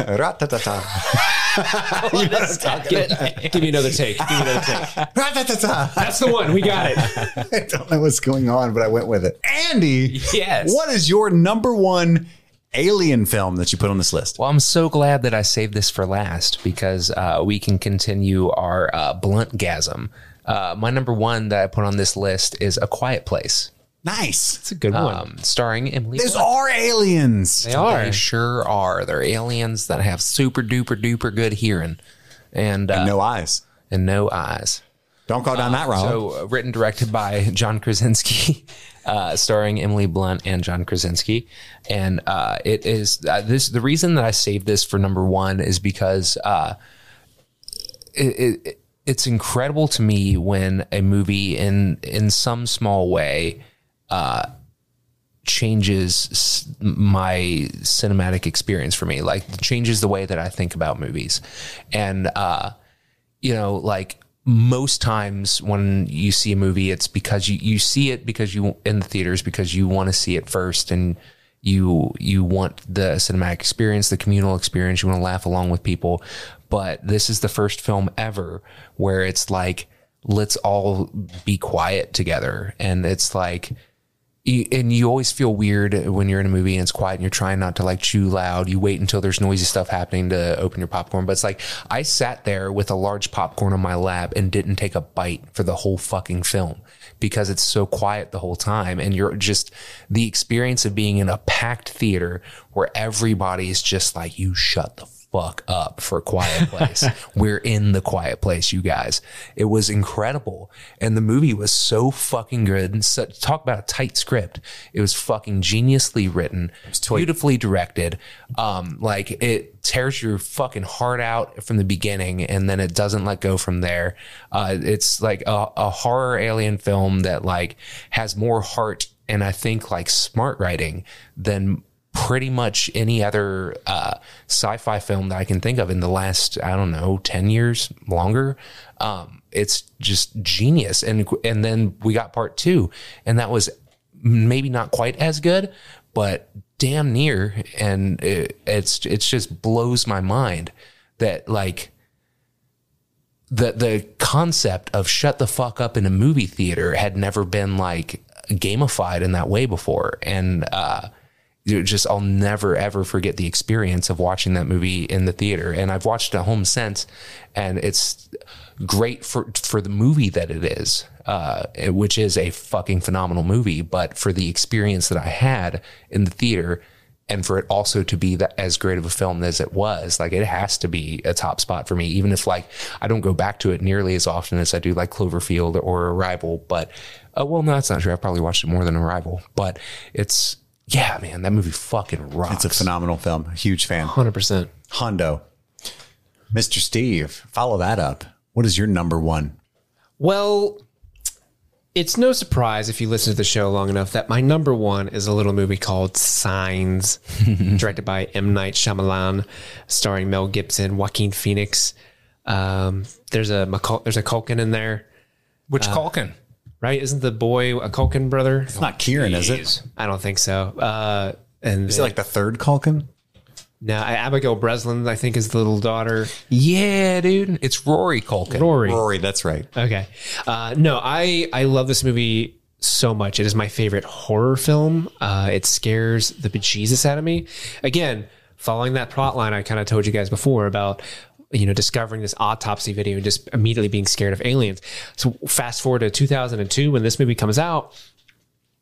Speaker 1: Rat-ta-ta-ta.
Speaker 2: Give me another take. Give me another take.
Speaker 1: Rat-ta-ta-ta.
Speaker 2: That's the one. We got it.
Speaker 1: I don't know what's going on, but I went with it. Andy,
Speaker 3: Yes.
Speaker 1: what is your number one alien film that you put on this list?
Speaker 3: Well, I'm so glad that I saved this for last because uh, we can continue our uh, blunt gasm. Uh, my number one that I put on this list is A Quiet Place,
Speaker 1: Nice.
Speaker 2: It's a good one.
Speaker 3: um, starring Emily.
Speaker 1: Those
Speaker 3: Blunt.
Speaker 1: are aliens.
Speaker 2: They are.
Speaker 3: They sure are. They're aliens that have super duper duper good hearing and uh,
Speaker 1: No eyes.
Speaker 3: and no eyes.
Speaker 1: Don't go down that road.
Speaker 3: So, uh, written directed by John Krasinski, uh, starring Emily Blunt and John Krasinski, and uh, it is uh, this. The reason that I saved this for number one is because uh, it, it, it's incredible to me when a movie in in some small way uh, changes s- my cinematic experience for me, like changes the way that I think about movies, and. Uh, you know, like most times when you see a movie, it's because you, you see it because you in the theaters because you want to see it first and you you want the cinematic experience, the communal experience. You want to laugh along with people. But this is the first film ever where it's like, let's all be quiet together. And it's like, you, and you always feel weird when you're in a movie and it's quiet and you're trying not to like chew loud. You wait until there's noisy stuff happening to open your popcorn. But it's like I sat there with a large popcorn on my lap and didn't take a bite for the whole fucking film because it's so quiet the whole time. And you're just the experience of being in a packed theater where everybody is just like, you shut the fuck up for Quiet Place. We're in the Quiet Place, you guys. It was incredible. And the movie was so fucking good. And such, talk about a tight script. It was fucking geniusly written, beautifully directed. Um, like it tears your fucking heart out from the beginning and then it doesn't let go from there. Uh, it's like a, a horror alien film that like has more heart and I think like smart writing than pretty much any other uh, sci-fi film that I can think of in the last I don't know ten years longer. Um, it's just genius, and and then we got part two, and that was maybe not quite as good, but damn near, and it, it's it's just blows my mind that like the the concept of shut the fuck up in a movie theater had never been like gamified in that way before and uh you just I'll never ever forget the experience of watching that movie in the theater and I've watched it at home since and it's great for for the movie that it is uh which is a fucking phenomenal movie but for the experience that I had in the theater and for it also to be that as great of a film as it was, like it has to be a top spot for me, even if like I don't go back to it nearly as often as I do like Cloverfield or Arrival. But uh, well, no, that's not true. I probably watched it more than Arrival, but it's yeah, man, that movie fucking rocks.
Speaker 1: It's a phenomenal film. Huge fan.
Speaker 2: 100%.
Speaker 1: Hondo. Mr. Steve, follow that up. What is your number one?
Speaker 2: Well, it's no surprise if you listen to the show long enough that my number one is a little movie called Signs, directed by M. Night Shyamalan, starring Mel Gibson, Joaquin Phoenix. Um, there's a Macul- there's a Culkin in there,
Speaker 3: Which
Speaker 1: uh,
Speaker 3: Culkin?
Speaker 2: right? Isn't the boy a Culkin brother?
Speaker 1: It's not Kieran, is it? Is
Speaker 2: I don't think so. Uh, and
Speaker 1: it like the third Culkin?
Speaker 2: no, Abigail Breslin, I think, is the little daughter.
Speaker 3: Yeah, dude, it's Rory Culkin.
Speaker 2: Rory.
Speaker 1: Rory, that's right.
Speaker 2: Okay. Uh, no, I I love this movie so much. It is my favorite horror film. Uh, it scares the bejesus out of me. Again, following that plot line I kind of told you guys before about you know discovering this autopsy video and just immediately being scared of aliens. So fast forward to 2002 when this movie comes out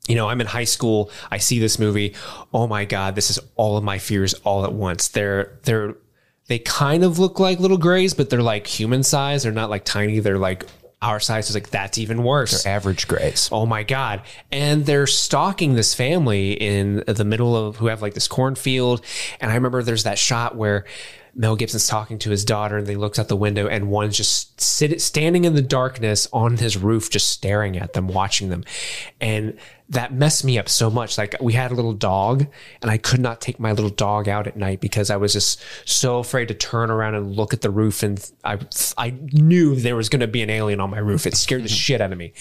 Speaker 2: you know, I'm in high school. I see this movie. Oh my God, this is all of my fears all at once. They're, they're, they kind of look like little grays, but they're like human size. They're not like tiny. They're like our size. It's like, that's even worse.
Speaker 3: Average Grace.
Speaker 2: Oh my God. And they're stalking this family in the middle of who have like this cornfield. And I remember there's that shot where Mel Gibson's talking to his daughter, and they looks out the window, and one's just sit, standing in the darkness on his roof, just staring at them, watching them, and that messed me up so much. Like we had a little dog, and I could not take my little dog out at night because I was just so afraid to turn around and look at the roof, and I I knew there was going to be an alien on my roof. It scared the shit out of me.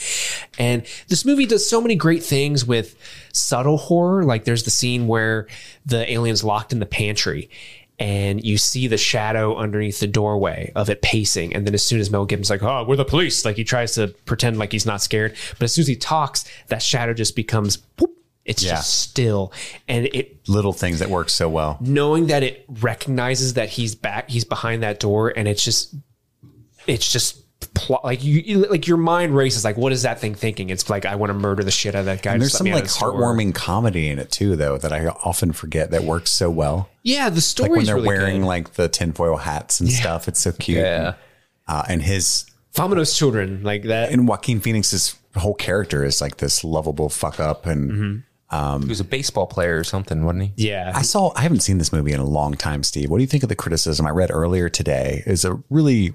Speaker 2: And this movie does so many great things with subtle horror. Like there's the scene where the alien's locked in the pantry and you see the shadow underneath the doorway of it pacing. And then as soon as Mel Gibson's like, "Oh, we're the police," like he tries to pretend like he's not scared, but as soon as he talks, that shadow just becomes. Boop, it's
Speaker 1: Yeah.
Speaker 2: just still, and it
Speaker 1: Little things that work so well.
Speaker 2: knowing that it recognizes that he's back, he's behind that door, and it's just, it's just pl- like you, you- like your mind races. Like, what is that thing thinking? It's like I want to murder the shit out of that guy.
Speaker 1: And there's
Speaker 2: Just
Speaker 1: some
Speaker 2: let me out
Speaker 1: like
Speaker 2: of the store.
Speaker 1: heartwarming comedy in it too, though, that I often forget that works so well.
Speaker 2: Yeah, the
Speaker 1: Like
Speaker 2: story's
Speaker 1: when they're
Speaker 2: really
Speaker 1: wearing
Speaker 2: good.
Speaker 1: like the tinfoil hats and stuff. It's so cute.
Speaker 2: Yeah.
Speaker 1: Uh, and his
Speaker 2: Vamano's children like that.
Speaker 1: and Joaquin Phoenix's whole character is like this lovable fuck up.
Speaker 2: Mm-hmm.
Speaker 1: And
Speaker 3: He was a baseball player or something, wasn't he?
Speaker 2: Yeah,
Speaker 1: I saw I haven't seen this movie in a long time, Steve. What do you think of the criticism I read earlier today? Is a really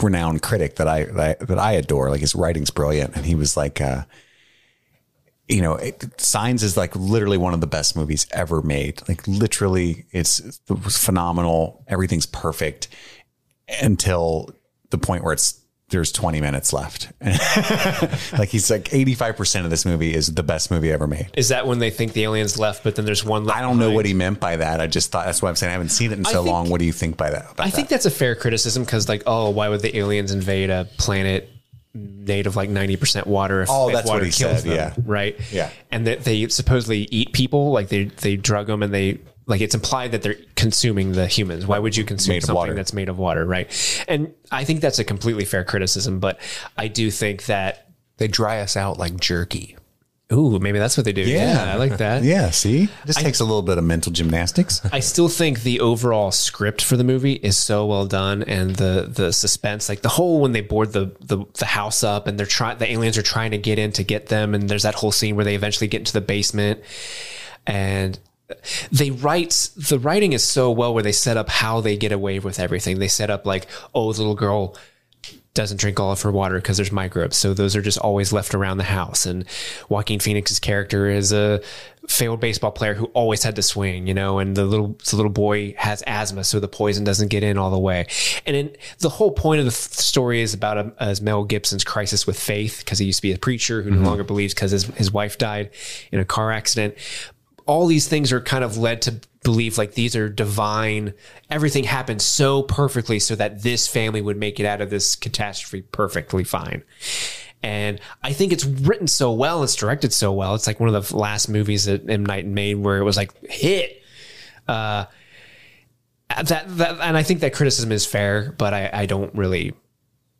Speaker 1: renowned critic that I that, I- that I adore. Like his writing's brilliant, and he was like, uh, you know, it, Signs is like literally one of the best movies ever made. Like literally, it's it was phenomenal. Everything's perfect until the point where it's there's 20 minutes left. like he's like 85% of this movie is the best movie ever made.
Speaker 2: Is that when they think the aliens left, but then there's one left?
Speaker 1: I don't know what he meant by that. I just thought that's what I'm saying. I haven't seen it in so
Speaker 2: think-
Speaker 1: long. What do you think by that? about
Speaker 2: I think that's a fair criticism because, like, oh, why would the aliens invade a planet made of like ninety percent water if,
Speaker 1: Oh,
Speaker 2: if
Speaker 1: that's what
Speaker 2: water
Speaker 1: he
Speaker 2: kills
Speaker 1: said,
Speaker 2: them,
Speaker 1: yeah.
Speaker 2: right?
Speaker 1: Yeah.
Speaker 2: and that they supposedly eat people, like they they drug them and they like it's implied that they're consuming the humans. Why would you consume
Speaker 1: Made of
Speaker 2: something
Speaker 1: water.
Speaker 2: that's made of water, right? And I think that's a completely fair criticism, but I do think that.
Speaker 3: They dry us out like jerky.
Speaker 2: Ooh, maybe that's what they do.
Speaker 1: Yeah.
Speaker 2: I like that.
Speaker 1: that. yeah. See, this takes a little bit of mental gymnastics.
Speaker 2: I still think the overall script for the movie is so well done, and the the suspense, like the whole when they board the the, the house up, and they're trying, the aliens are trying to get in to get them, and there's that whole scene where they eventually get into the basement, and they write the writing is so well where they set up how they get away with everything. They set up like, oh, the little girl doesn't drink all of her water because there's microbes. So those are just always left around the house. And Joaquin Phoenix's character is a failed baseball player who always had to swing, you know, and the little the little boy has asthma, so the poison doesn't get in all the way. And in, the whole point of the f- story is about um, as Mel Gibson's crisis with faith because he used to be a preacher who no longer believes because his, his wife died in a car accident all these things are kind of led to believe like these are divine. Everything happened so perfectly so that this family would make it out of this catastrophe perfectly fine. And I think it's written so well, it's directed so well. It's like one of the last movies that M. Night made where it was like hit. Uh, that that and I think that criticism is fair, but I, I don't really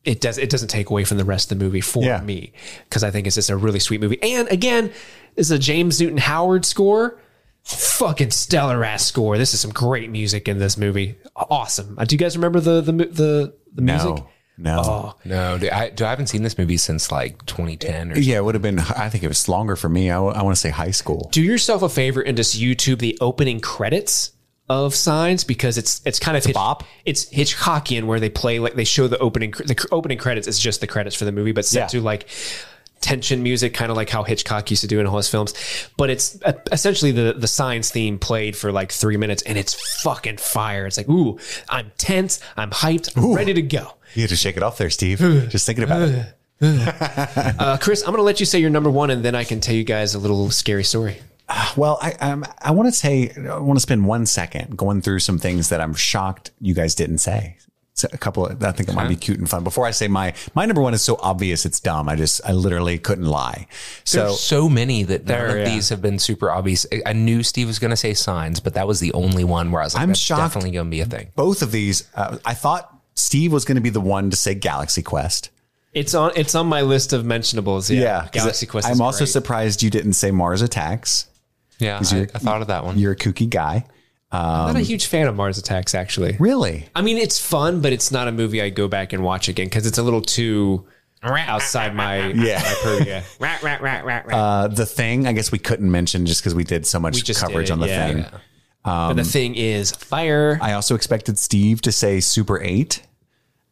Speaker 2: it does it doesn't take away from the rest of the movie for
Speaker 1: Yeah.
Speaker 2: me because I think it's just a really sweet movie. And again, it's a James Newton Howard score. Fucking stellar ass score. This is some great music in this movie. Awesome. Uh, Do you guys remember the the mu- the, the music?
Speaker 1: No, no.
Speaker 3: Oh. No, do I, do, I haven't seen this movie since like 2010 or something.
Speaker 1: Yeah, it would have been. I think it was longer for me. I, want to say high school.
Speaker 2: Do yourself a favor and just YouTube the opening credits of Signs because it's it's kind of Hitch-
Speaker 1: bop?
Speaker 2: It's Hitchcockian where they play like they show the opening cr- the cr- opening credits is just the credits for the movie, but set
Speaker 1: Yeah.
Speaker 2: to like tension music, kind of like how Hitchcock used to do in all his films. But it's uh, essentially the the Signs theme played for like three minutes, and it's fucking fire. It's like ooh, I'm tense, I'm hyped, I'm ready to go.
Speaker 1: You had to shake it off there, Steve. Just thinking about it.
Speaker 2: Uh, Chris, I'm gonna let you say your number one, and then I can tell you guys a little scary story.
Speaker 1: Well, I um, I want to say I want to spend one second going through some things that I'm shocked you guys didn't say. It's a couple of, I think it might be cute and fun. Before I say my my number one is so obvious it's dumb. I just I literally couldn't lie. So
Speaker 3: There's so many that none
Speaker 2: There,
Speaker 3: of
Speaker 2: yeah.
Speaker 3: these have been super obvious. I- I knew Steve was going to say signs, but that was the only one where I was like,
Speaker 1: I'm
Speaker 3: that's
Speaker 1: shocked.
Speaker 3: definitely going to be a thing.
Speaker 1: both of these, uh, I thought Steve was going to be the one to say Galaxy Quest.
Speaker 2: It's on it's on my list of mentionables. Yeah,
Speaker 1: 'cause
Speaker 2: Galaxy Quest.
Speaker 1: I'm
Speaker 2: is
Speaker 1: also
Speaker 2: great.
Speaker 1: surprised you didn't say Mars Attacks.
Speaker 3: Yeah, I,
Speaker 1: your-
Speaker 3: I thought of that one.
Speaker 1: You're a kooky guy.
Speaker 2: I'm not a huge fan of Mars Attacks, actually.
Speaker 1: Really?
Speaker 2: I mean, it's fun, but it's not a movie I go back and watch again because it's a little too outside my
Speaker 1: Yeah.
Speaker 2: my purview.
Speaker 4: Rat, rat, rat, rat, rat.
Speaker 1: Uh, the Thing, I guess we couldn't mention just because we did so much
Speaker 2: just
Speaker 1: coverage
Speaker 2: did it,
Speaker 1: on The
Speaker 2: yeah.
Speaker 1: Thing.
Speaker 2: but the thing is, fire.
Speaker 1: I also expected Steve to say Super 8.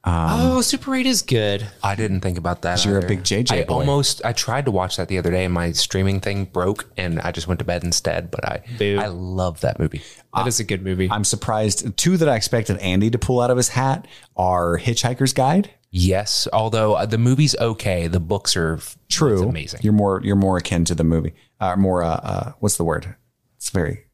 Speaker 1: um,
Speaker 2: oh, Super Eight is good.
Speaker 3: I didn't think about that.
Speaker 1: You're a
Speaker 3: either.
Speaker 1: big JJ
Speaker 3: I
Speaker 1: boy.
Speaker 3: almost I tried to watch that the other day and my streaming thing broke and I just went to bed instead, but I
Speaker 2: Boo.
Speaker 3: I love that movie.
Speaker 2: That is
Speaker 1: uh,
Speaker 2: a good movie.
Speaker 1: I'm surprised. Two that I expected Andy to pull out of his hat are Hitchhiker's Guide.
Speaker 3: Yes, although uh, the movie's okay, the books are f-
Speaker 1: True,
Speaker 3: it's amazing.
Speaker 1: You're more you're more akin to the movie. Uh, more uh, uh, what's the word? It's very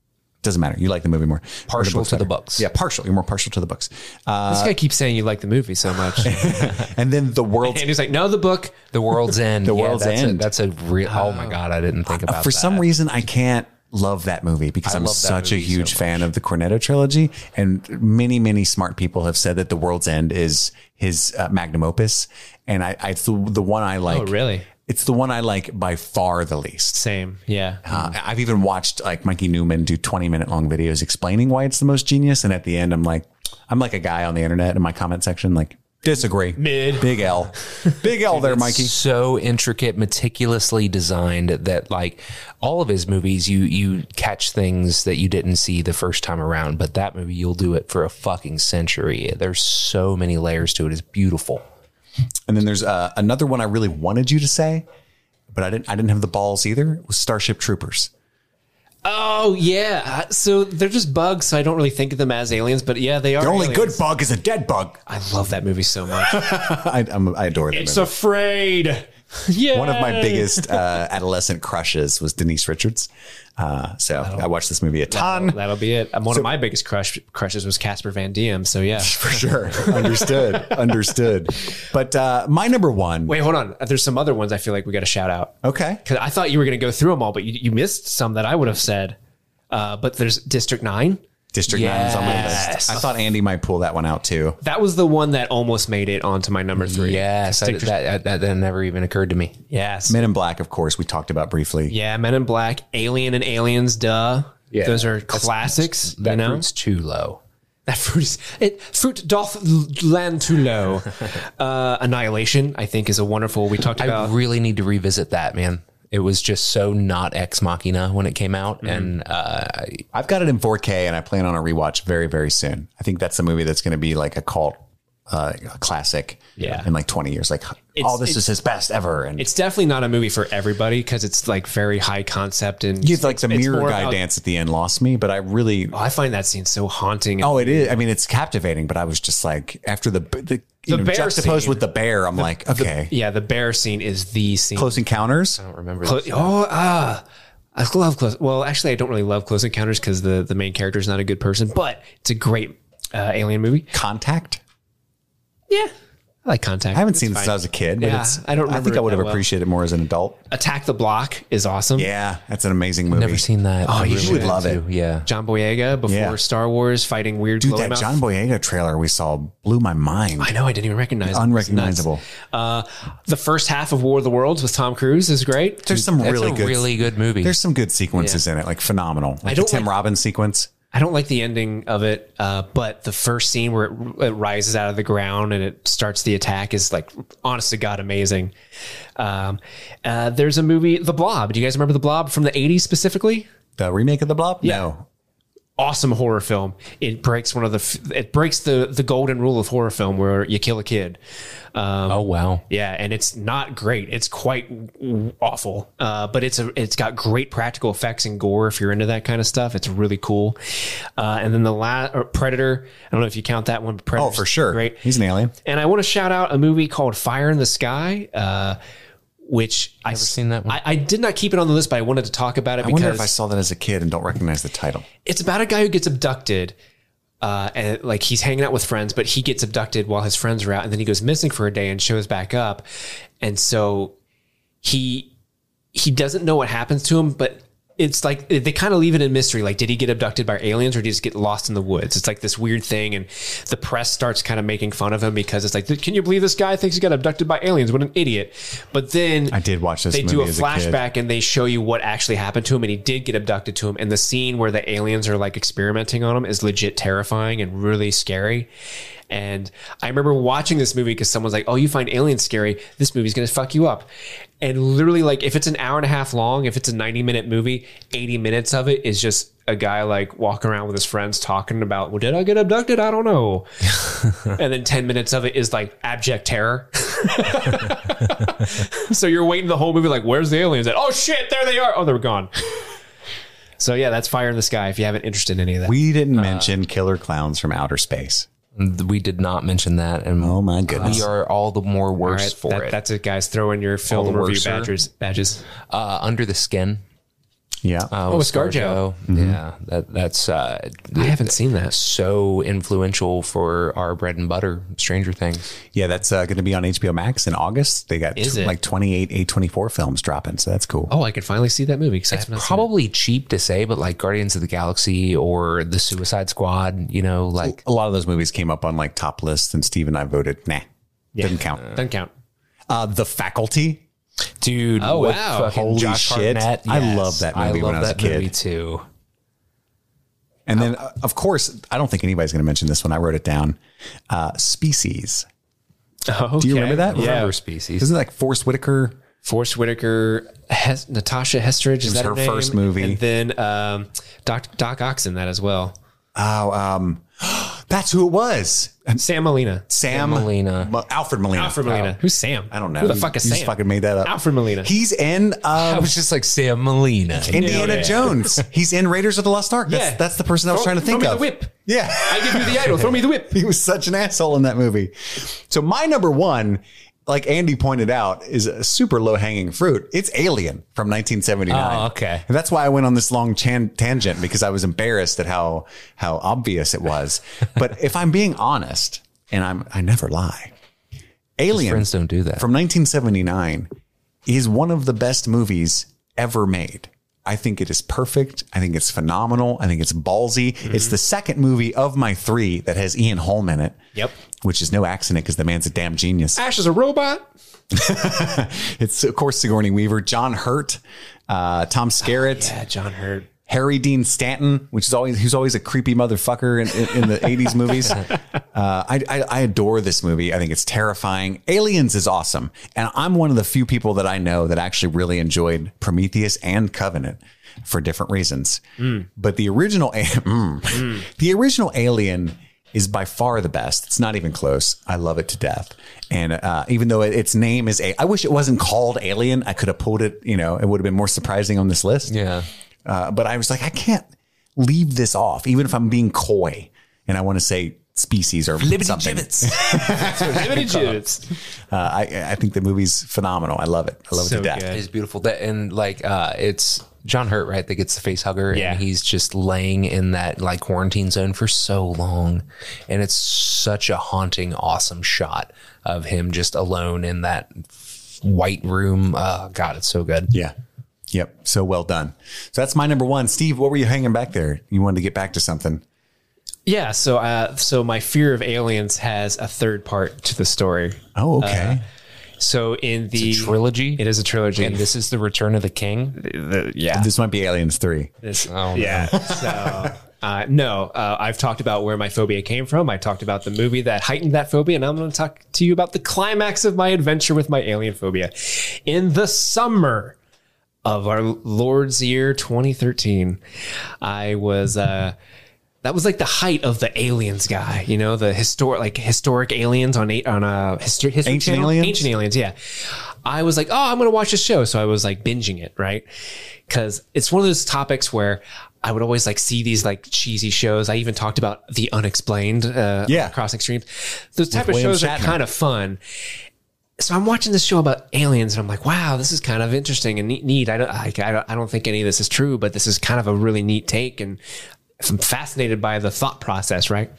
Speaker 1: doesn't matter. You like the movie more.
Speaker 3: Partial
Speaker 1: Or
Speaker 3: to the
Speaker 1: better.
Speaker 3: books.
Speaker 1: Yeah, partial. You're more partial to the books. Uh,
Speaker 2: this guy keeps saying you like the movie so much, and
Speaker 1: and then the world's
Speaker 2: he's like, "No, the book."
Speaker 3: The World's End. the
Speaker 1: World's
Speaker 3: that's
Speaker 1: End.
Speaker 3: A, that's a real. Oh my god, I didn't think about
Speaker 1: for
Speaker 3: that.
Speaker 1: some reason I can't love that movie because I'm
Speaker 3: love that
Speaker 1: such a
Speaker 3: movie so
Speaker 1: huge fan of the Cornetto trilogy, and many many smart people have said that The World's End is his uh, magnum opus, and I, I it's the, the one I like.
Speaker 2: Oh, really?
Speaker 1: It's the one I like by far the least.
Speaker 2: Same. Yeah.
Speaker 1: Uh, I've even watched like Mikey Newman do 20 minute long videos explaining why it's the most genius. And at the end, I'm like, I'm like a guy on the internet in my comment section, like, disagree.
Speaker 2: Mid.
Speaker 1: Big L. Big L there, Mikey.
Speaker 3: so intricate, meticulously designed that like all of his movies, you you catch things that you didn't see the first time around. But that movie, you'll do it for a fucking century. There's so many layers to it. It's beautiful.
Speaker 1: And then there's uh, another one I really wanted you to say, but I didn't, I didn't have the balls either. It was Starship Troopers.
Speaker 2: Oh yeah. So they're just bugs, so I don't really think of them as aliens, but yeah, they are.
Speaker 1: The only
Speaker 2: aliens.
Speaker 1: good bug is a dead bug.
Speaker 2: I love that movie so much.
Speaker 1: I, I'm, I adore that movie.
Speaker 2: afraid. Yeah.
Speaker 1: one of my biggest uh, adolescent crushes was Denise Richards. Uh, so I watched this movie a ton.
Speaker 2: That'll be it. Um, one of my biggest crush crushes was Casper Van Diem. So yeah.
Speaker 1: for sure. Understood. Understood. But uh, my number one.
Speaker 2: Wait, hold on. There's some other ones I feel like we got to shout out
Speaker 1: Okay.
Speaker 2: because I thought you were going to go through them all, but you, you missed some that I would have said. Uh, but there's District Nine.
Speaker 1: District Nine is on my
Speaker 2: Yes.
Speaker 1: list. I thought Andy might pull that one out too.
Speaker 2: That was the one that almost made it onto my number three.
Speaker 3: Yes, that,
Speaker 2: uh,
Speaker 3: that, that, that never even occurred to me.
Speaker 2: Yes.
Speaker 1: Men in Black, of course, we talked about briefly.
Speaker 2: Yeah. Men in Black, Alien, and Aliens. Duh.
Speaker 3: Yeah.
Speaker 2: Those are classics.
Speaker 3: That
Speaker 2: you know?
Speaker 3: fruit's too low.
Speaker 2: That fruit is, it fruit doth l- land too low. uh, Annihilation, I think, is a wonderful. We talked about.
Speaker 3: I really need to revisit that, man. It was just so not Ex Machina when it came
Speaker 2: Mm-hmm.
Speaker 3: out, and uh,
Speaker 1: I've got it in 4K, and I plan on a rewatch very, very soon. I think that's a movie that's going to be like a cult uh, classic.
Speaker 2: Yeah.
Speaker 1: In like 20 years, like all this
Speaker 2: it's-
Speaker 1: is his best ever, and
Speaker 2: it's definitely not a movie for everybody because it's like very high concept and
Speaker 1: he's like the
Speaker 2: it's
Speaker 1: mirror
Speaker 2: more
Speaker 1: guy
Speaker 2: about- Oh,
Speaker 1: dance at the end lost me. But I really,
Speaker 2: I find that scene so haunting. and
Speaker 1: oh, it is. I mean, it's captivating. But I was just like, after the the, you
Speaker 2: The
Speaker 1: know,
Speaker 2: bear
Speaker 1: juxtaposed
Speaker 2: scene.
Speaker 1: with the bear, I'm like, okay,
Speaker 2: Yeah, the bear scene is the scene.
Speaker 1: Close Encounters.
Speaker 3: I don't remember.
Speaker 2: Clo- oh, ah. I love close. Well, actually, I don't really love Close Encounters because the, the main character is not a good person, but it's a great uh, alien movie.
Speaker 1: Contact.
Speaker 2: Yeah. I like Contact.
Speaker 1: I haven't seen it since I was a kid, but
Speaker 2: Yeah,
Speaker 1: it's,
Speaker 2: I don't
Speaker 1: I think
Speaker 2: remember
Speaker 1: I
Speaker 2: it
Speaker 1: would
Speaker 2: that
Speaker 1: have
Speaker 2: well.
Speaker 1: appreciated it more as an adult.
Speaker 2: Attack the Block is awesome.
Speaker 1: Yeah, that's an amazing movie.
Speaker 3: Never seen that. Oh,
Speaker 1: you should love it.
Speaker 3: Yeah.
Speaker 2: John Boyega before
Speaker 1: Yeah.
Speaker 2: Star Wars fighting weird
Speaker 1: Dude,
Speaker 2: glowing
Speaker 1: that
Speaker 2: mouth.
Speaker 1: John Boyega trailer we saw blew my mind.
Speaker 2: I know I didn't even recognize it. It's
Speaker 1: Unrecognizable.
Speaker 2: nuts. Uh, the first half of War of the Worlds with Tom Cruise is great.
Speaker 1: There's some
Speaker 3: That's
Speaker 1: really
Speaker 3: a
Speaker 1: good.
Speaker 3: really good movie.
Speaker 1: there's some good sequences in it, like phenomenal. Like
Speaker 2: don't
Speaker 1: the Tim
Speaker 2: like-
Speaker 1: Robbins sequence.
Speaker 2: I don't like the ending of it, uh, but the first scene where it, it rises out of the ground and it starts the attack is like honest to god amazing. Um, uh, there's a movie, The Blob. Do you guys remember The Blob from the '80s specifically?
Speaker 1: The remake of the Blob. No,
Speaker 2: awesome horror film. It breaks one of the f- it breaks the the golden rule of horror film where you kill a kid. Um,
Speaker 3: oh wow.
Speaker 2: yeah, and it's not great. It's quite w- awful, uh, but it's a it's got great practical effects and gore. If you're into that kind of stuff, it's really cool. Uh, and then the last Predator. I don't know if you count that one. But
Speaker 1: oh
Speaker 2: Predator's
Speaker 1: for sure.
Speaker 2: Great.
Speaker 1: He's an alien.
Speaker 2: And I want to shout out a movie called Fire in the Sky, uh, which I've
Speaker 3: seen that one.
Speaker 2: I, I did not keep it on the list, but I wanted to talk about it
Speaker 1: I
Speaker 2: because
Speaker 1: wonder if I saw that as a kid and don't recognize the title.
Speaker 2: it's about a guy who gets abducted. Uh, and like he's hanging out with friends, but he gets abducted while his friends are out, and then he goes missing for a day and shows back up, and so he he doesn't know what happens to him, but it's like they kind of leave it in mystery. Like, did he get abducted by aliens or did he just get lost in the woods? It's like this weird thing, and the press starts kind of making fun of him because it's like, can you believe this guy thinks he got abducted by aliens? What an idiot! But then
Speaker 1: I did watch this
Speaker 2: they
Speaker 1: movie
Speaker 2: do a
Speaker 1: as a kid.
Speaker 2: flashback and they show you what actually happened to him and he did get abducted to him and the scene where the aliens are like experimenting on him is legit terrifying and really scary and i remember watching this movie because someone's like oh you find aliens scary this movie's gonna fuck you up and literally like if it's an hour and a half long if it's a 90 minute movie 80 minutes of it is just a guy like walking around with his friends talking about, well, did I get abducted? I don't know. and then 10 minutes of it is like abject terror. so you're waiting the whole movie, like, where's the aliens at? Oh shit, there they are. Oh, they're gone. so yeah, that's Fire in the Sky if you haven't interested in any of that.
Speaker 1: We didn't mention killer clowns from outer space.
Speaker 3: We did not mention that, and
Speaker 1: Oh
Speaker 2: uh,
Speaker 1: my goodness.
Speaker 3: we are all the more worse
Speaker 2: All right,
Speaker 3: for
Speaker 2: that-
Speaker 3: it.
Speaker 2: That's it, guys. Throw in your film
Speaker 3: the
Speaker 2: review
Speaker 3: worser.
Speaker 2: badges. badges.
Speaker 3: uh, under the skin.
Speaker 1: Yeah.
Speaker 3: Uh,
Speaker 2: with Oh, ScarJo.
Speaker 1: Mm-hmm.
Speaker 3: Yeah, that that's uh,
Speaker 2: I haven't seen that.
Speaker 3: so influential for our bread and butter, Stranger Things.
Speaker 1: yeah, that's uh, going to be on HBO Max in August. They got
Speaker 2: Is
Speaker 1: tw-
Speaker 2: it?
Speaker 1: like 28 A24 films dropping, so that's cool.
Speaker 2: Oh, I could finally see that movie because I have not seen it.
Speaker 3: Probably cheap to say, but like Guardians of the Galaxy or the Suicide Squad, you know, like
Speaker 1: A lot of those movies came up on like top lists, and Steve and I voted, nah, didn't count.
Speaker 2: Doesn't count.
Speaker 1: Uh, the Faculty.
Speaker 3: dude.
Speaker 2: Oh,
Speaker 3: with
Speaker 2: wow.
Speaker 3: fucking
Speaker 1: Holy
Speaker 3: Josh
Speaker 1: shit.
Speaker 3: Hartnett.
Speaker 1: I loved that movie when I was a kid.
Speaker 3: movie too.
Speaker 1: And then,
Speaker 2: Oh.
Speaker 1: uh, of course, I don't think anybody's going to mention this one. I wrote it down. Uh, Species. Do you remember that?
Speaker 2: Yeah.
Speaker 3: Remember species.
Speaker 1: Isn't it like Forrest Whitaker?
Speaker 2: Forrest Whitaker, Hes- Natasha Hesteridge is
Speaker 1: was
Speaker 2: that
Speaker 1: her
Speaker 2: name?
Speaker 1: first movie.
Speaker 2: and then um, Doc Doc Ock's in that as well.
Speaker 1: Oh, um, that's who it was.
Speaker 2: Sam Molina,
Speaker 1: Sam
Speaker 3: Molina.
Speaker 1: Mo- Alfred Molina. Oh,
Speaker 2: Alfred Molina. Who's Sam?
Speaker 1: I don't know.
Speaker 2: Who the fuck is
Speaker 1: you
Speaker 2: Sam?
Speaker 1: Just fucking made that up.
Speaker 2: Alfred Molina.
Speaker 1: He's in
Speaker 3: I
Speaker 1: um,
Speaker 3: was just like Sam Molina.
Speaker 1: Indiana
Speaker 2: it.
Speaker 1: Jones. He's in Raiders of the Lost Ark. That's,
Speaker 2: Yeah.
Speaker 1: that's the person I was
Speaker 2: Throw-
Speaker 1: trying to think
Speaker 2: throw me
Speaker 1: of.
Speaker 2: the whip.
Speaker 1: Yeah.
Speaker 2: I give you the idol. Throw me the whip.
Speaker 1: he was such an asshole in that movie. So my number one, like Andy pointed out, is a super low hanging fruit. It's Alien from 1979.
Speaker 3: Oh, okay.
Speaker 1: And that's why I went on this long chan- tangent because I was embarrassed at how how obvious it was. but if I'm being honest, and I'm I never lie, Alien
Speaker 3: Friends don't do that.
Speaker 1: from 1979 is one of the best movies ever made. I think it is perfect. I think it's phenomenal. I think it's ballsy.
Speaker 2: Mm-hmm.
Speaker 1: It's the second movie of my three that has Ian Holm in it.
Speaker 2: Yep. Ah.
Speaker 1: Which is no accident because the man's a damn genius.
Speaker 2: Ash is a robot.
Speaker 1: It's, of course, Sigourney Weaver, John Hurt, uh, Tom Skerritt,
Speaker 2: Ah, Yeah, John Hurt.
Speaker 1: Harry Dean Stanton, which is always who's always a creepy motherfucker in, in, in the '80s movies. Uh, I, I I adore this movie. I think it's terrifying. Aliens is awesome, and I'm one of the few people that I know that actually really enjoyed Prometheus and Covenant for different reasons. But the original, a- mm. the original Alien is by far the best. It's not even close. I love it to death. And uh, even though it- its name is a, I wish it wasn't called Alien. I could have pulled it. You know, it would have been more surprising on this list.
Speaker 3: yeah.
Speaker 1: Uh, but I was like, I can't leave this off, even if I'm being coy and I want to say species or something. Uh,
Speaker 2: Jiminy Jits.
Speaker 1: I, I think the movie's phenomenal. I love it. I love it
Speaker 2: So
Speaker 1: to death.
Speaker 2: good.
Speaker 3: It's beautiful. That and like uh it's John Hurt, right? That gets the face hugger
Speaker 2: Yeah.
Speaker 3: and he's just laying in that like quarantine zone for so long. And it's such a haunting, awesome shot of him just alone in that white room. Uh God, it's so good.
Speaker 1: Yeah. Yep. So well done. So that's my number one. Steve, what were you hanging back there? You wanted to get back to something.
Speaker 2: Yeah, so uh, so my fear of aliens has a third part to the story.
Speaker 1: Oh, okay.
Speaker 2: So in the
Speaker 3: Trilogy.
Speaker 2: it is a trilogy.
Speaker 3: and this is the Return of the King.
Speaker 2: yeah,
Speaker 1: this might be Aliens 3.
Speaker 2: this,
Speaker 3: Oh,
Speaker 2: Yeah. So, uh, no, uh, I've talked about where my phobia came from. I talked about the movie that heightened that phobia, and I'm going to talk to you about the climax of my adventure with my alien phobia in the summer of our Lord's year 2013. I was. Uh, that was like the height of the aliens guy, you know, the historic like historic aliens on eight on a history history
Speaker 1: Ancient
Speaker 2: Channel?
Speaker 1: Aliens?
Speaker 2: ancient aliens. Yeah, I was like, oh, I'm gonna watch this show, so I was like binging it, right? Because it's one of those topics where I would always like see these like cheesy shows. I even talked about the unexplained, uh,
Speaker 1: Yeah.
Speaker 2: crossing streams. Those type of
Speaker 1: William
Speaker 2: shows are
Speaker 1: Shatner.
Speaker 2: kind of fun so I'm watching this show about aliens, and I'm like, wow, this is kind of interesting and neat. neat. I don't, I, I don't, I don't think any of this is true, but this is kind of a really neat take, and I'm fascinated by the thought process, right?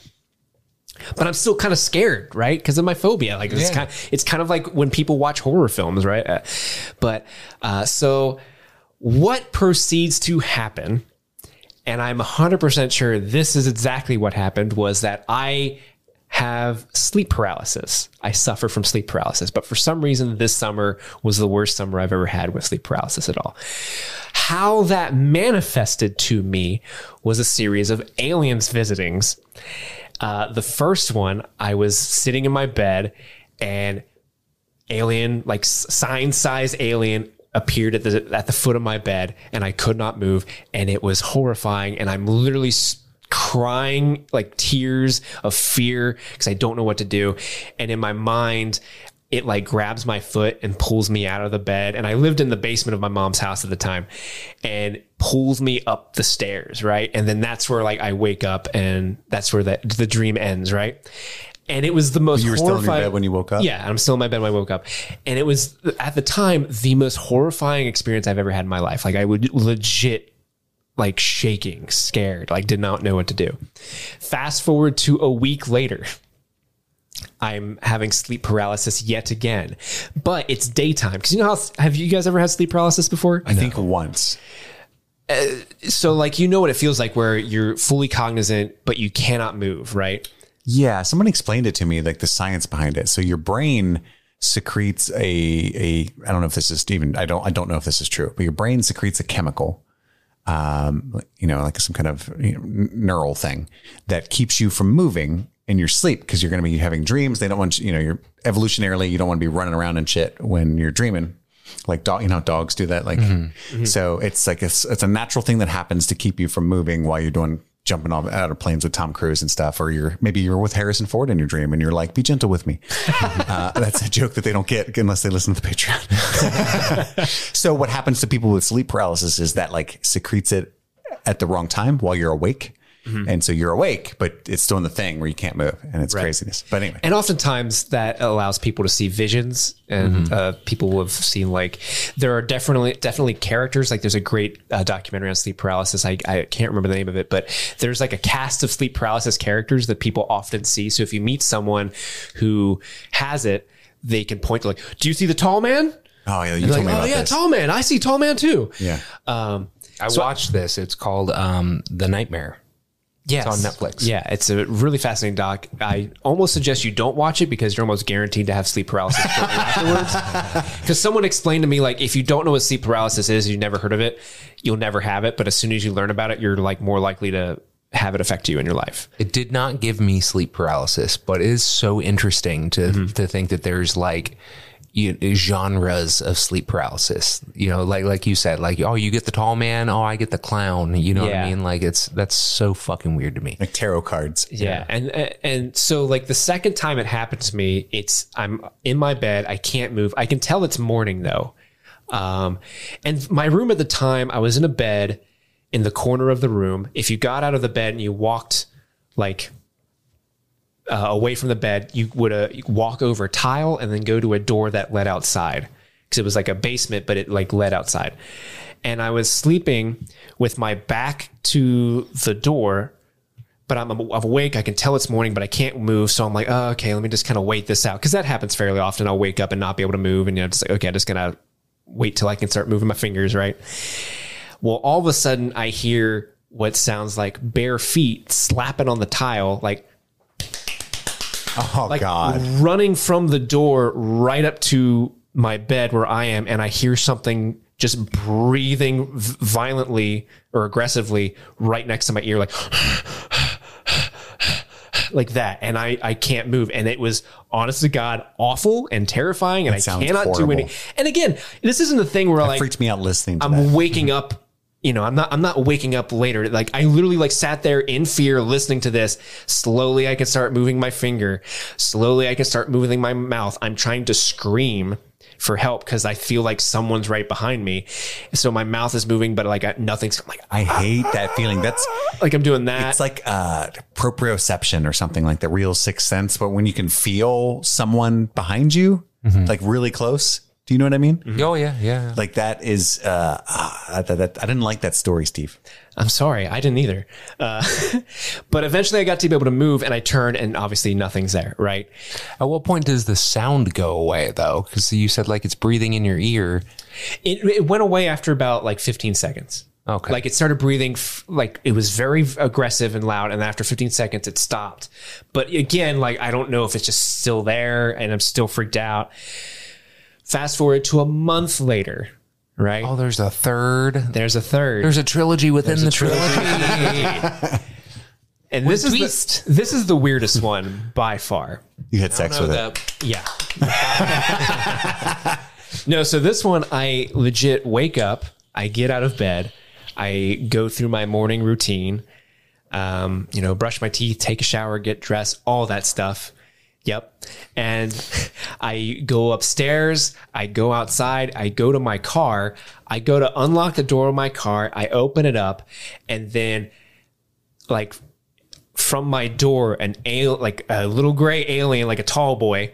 Speaker 2: But I'm still kind of scared, right? Because of my phobia. Like it's kind, it's kind of like when people watch horror films, right? Uh, but uh, so, what proceeds to happen? and I'm 100% sure this is exactly what happened was that I have sleep paralysis. I suffer from sleep paralysis, but for some reason this summer was the worst summer I've ever had with sleep paralysis at all. How that manifested to me was a series of aliens visitings. Uh, the first one, I was sitting in my bed and alien, like sign size alien, appeared at the at the foot of my bed and I could not move and it was horrifying and I'm literally s- crying like tears of fear cuz I don't know what to do and in my mind it like grabs my foot and pulls me out of the bed and I lived in the basement of my mom's house at the time and pulls me up the stairs right and then that's where like I wake up and that's where that the dream ends right and it was the most
Speaker 1: You were still in your
Speaker 2: horrifying-
Speaker 1: bed when you woke up?
Speaker 2: yeah, and I'm still in my bed when I woke up. And it was at the time the most horrifying experience I've ever had in my life. Like I would legit like shaking, scared, like did not know what to do. Fast forward to a week later. I'm having sleep paralysis yet again, but it's daytime. Cause you know how, have you guys ever had sleep paralysis before?
Speaker 1: I think once.
Speaker 2: So like, you know what it feels like where you're fully cognizant, but you cannot move, right?
Speaker 1: Yeah, someone explained it to me, like the science behind it. So your brain secretes a a I don't know if this is even I don't I don't know if this is true, but your brain secretes a chemical, um, you know, like some kind of you know, n- neural thing that keeps you from moving in your sleep because you're going to be having dreams. They don't want you, you know, you're evolutionarily you don't want to be running around and shit when you're dreaming. Like dog, you know, how dogs do that. Like, so it's like it's it's a natural thing that happens to keep you from moving while you're doing jumping off out of planes with Tom Cruise and stuff, or you're maybe you're with Harrison Ford in your dream and you're like, be gentle with me. uh, that's a joke that they don't get unless they listen to the Patreon. so what happens to people with sleep paralysis is that like secretes it at the wrong time while you're awake.
Speaker 2: Mm-hmm.
Speaker 1: And so you're awake, but it's doing the thing where you can't move and it's craziness. But anyway,
Speaker 2: And oftentimes that allows people to see visions, and
Speaker 1: Mm-hmm.
Speaker 2: uh, people have seen like there are definitely definitely characters. Like there's a great uh, documentary on sleep paralysis. I, I can't remember the name of it, but there's like a cast of sleep paralysis characters that people often see. So if you meet someone who has it, they can point to like, "Do you see the tall man?"
Speaker 1: oh yeah, you
Speaker 2: Like,
Speaker 1: told me
Speaker 2: "Oh
Speaker 1: about
Speaker 2: yeah,
Speaker 1: this.
Speaker 2: tall man. I see tall man too."
Speaker 1: yeah,
Speaker 2: Um,
Speaker 3: I watched this. It's called um, The Nightmare.
Speaker 2: Yes.
Speaker 3: on Netflix.
Speaker 2: Yeah, it's a really fascinating doc. I almost suggest you don't watch it because you're almost guaranteed to have sleep paralysis shortly afterwards. Because someone explained to me, like, if you don't know what sleep paralysis is, you've never heard of it, you'll never have it. But as soon as you learn about it, you're like more likely to have it affect you in your life.
Speaker 3: It did not give me sleep paralysis, but it is so interesting to to think that there's like you, genres of sleep paralysis. You know, like like you said, like oh, you get the tall man, oh, I get the clown. You know what
Speaker 2: Yeah.
Speaker 3: I mean? Like it's that's so fucking weird to me.
Speaker 1: like tarot cards.
Speaker 2: Yeah. And and so like the second time it happened to me, it's I'm in my bed, I can't move. I can tell it's morning though. Um and my room at the time, I was in a bed in the corner of the room. If you got out of the bed and you walked like uh, away from the bed, you would uh, walk over tile and then go to a door that led outside because it was like a basement, but it like led outside. And I was sleeping with my back to the door, but I'm, I'm awake. I can tell it's morning, but I can't move. So I'm like, oh, okay, let me just kind of wait this out because that happens fairly often. I'll wake up and not be able to move, and you know, just like, okay, I'm just gonna wait till I can start moving my fingers, right? Well, all of a sudden, I hear what sounds like bare feet slapping on the tile, like
Speaker 1: Oh God,
Speaker 2: running from the door right up to my bed where I am, and I hear something just breathing v- violently or aggressively right next to my ear, like like that, and I I can't move, and it was honest to God awful and terrifying, and I
Speaker 1: sounds
Speaker 2: cannot do
Speaker 1: horrible.
Speaker 2: any. And again, this isn't the thing where like
Speaker 1: freaked me out listening to that.
Speaker 2: I'm waking up. You know, I'm not. I'm not waking up later. Like I literally like sat there in fear, listening to this. Slowly, I can start moving my finger. Slowly, I can start moving my mouth. I'm trying to scream for help because I feel like someone's right behind me. So my mouth is moving, but like I, nothing's. I'm like
Speaker 1: I hate that feeling. That's
Speaker 2: like I'm doing that.
Speaker 1: It's like uh, proprioception or something like the real sixth sense, but when you can feel someone behind you,
Speaker 2: Mm-hmm.
Speaker 1: like really close. Do you know what I mean?
Speaker 3: Oh yeah, yeah.
Speaker 1: Like that is uh, ah, that, that, I didn't like that story, Steve.
Speaker 2: I'm sorry, I didn't either. Uh, but eventually, I got to be able to move, and I turned, and obviously, nothing's there. Right.
Speaker 3: At what point does the sound go away though? Because you said like it's breathing in your ear.
Speaker 2: It, it went away after about like 15 seconds.
Speaker 3: Okay.
Speaker 2: Like it started breathing, f- like it was very aggressive and loud. And after 15 seconds, it stopped. But again, like I don't know if it's just still there and I'm still freaked out. Fast forward to a month later, right?
Speaker 3: Oh, there's a third.
Speaker 2: There's a third.
Speaker 3: There's a trilogy within the trilogy.
Speaker 2: and this is,
Speaker 3: twist.
Speaker 2: the, this is the weirdest one by far.
Speaker 1: You had sex with it.
Speaker 3: The-
Speaker 2: Yeah. No, so this one, I legit wake up, I get out of bed, I go through my morning routine, um, you know, brush my teeth, take a shower, get dressed, all that stuff. Yep. And I go upstairs, I go outside, I go to my car, I go to unlock the door of my car, I open it up, and then like from my door an al- like a little gray alien like a tall boy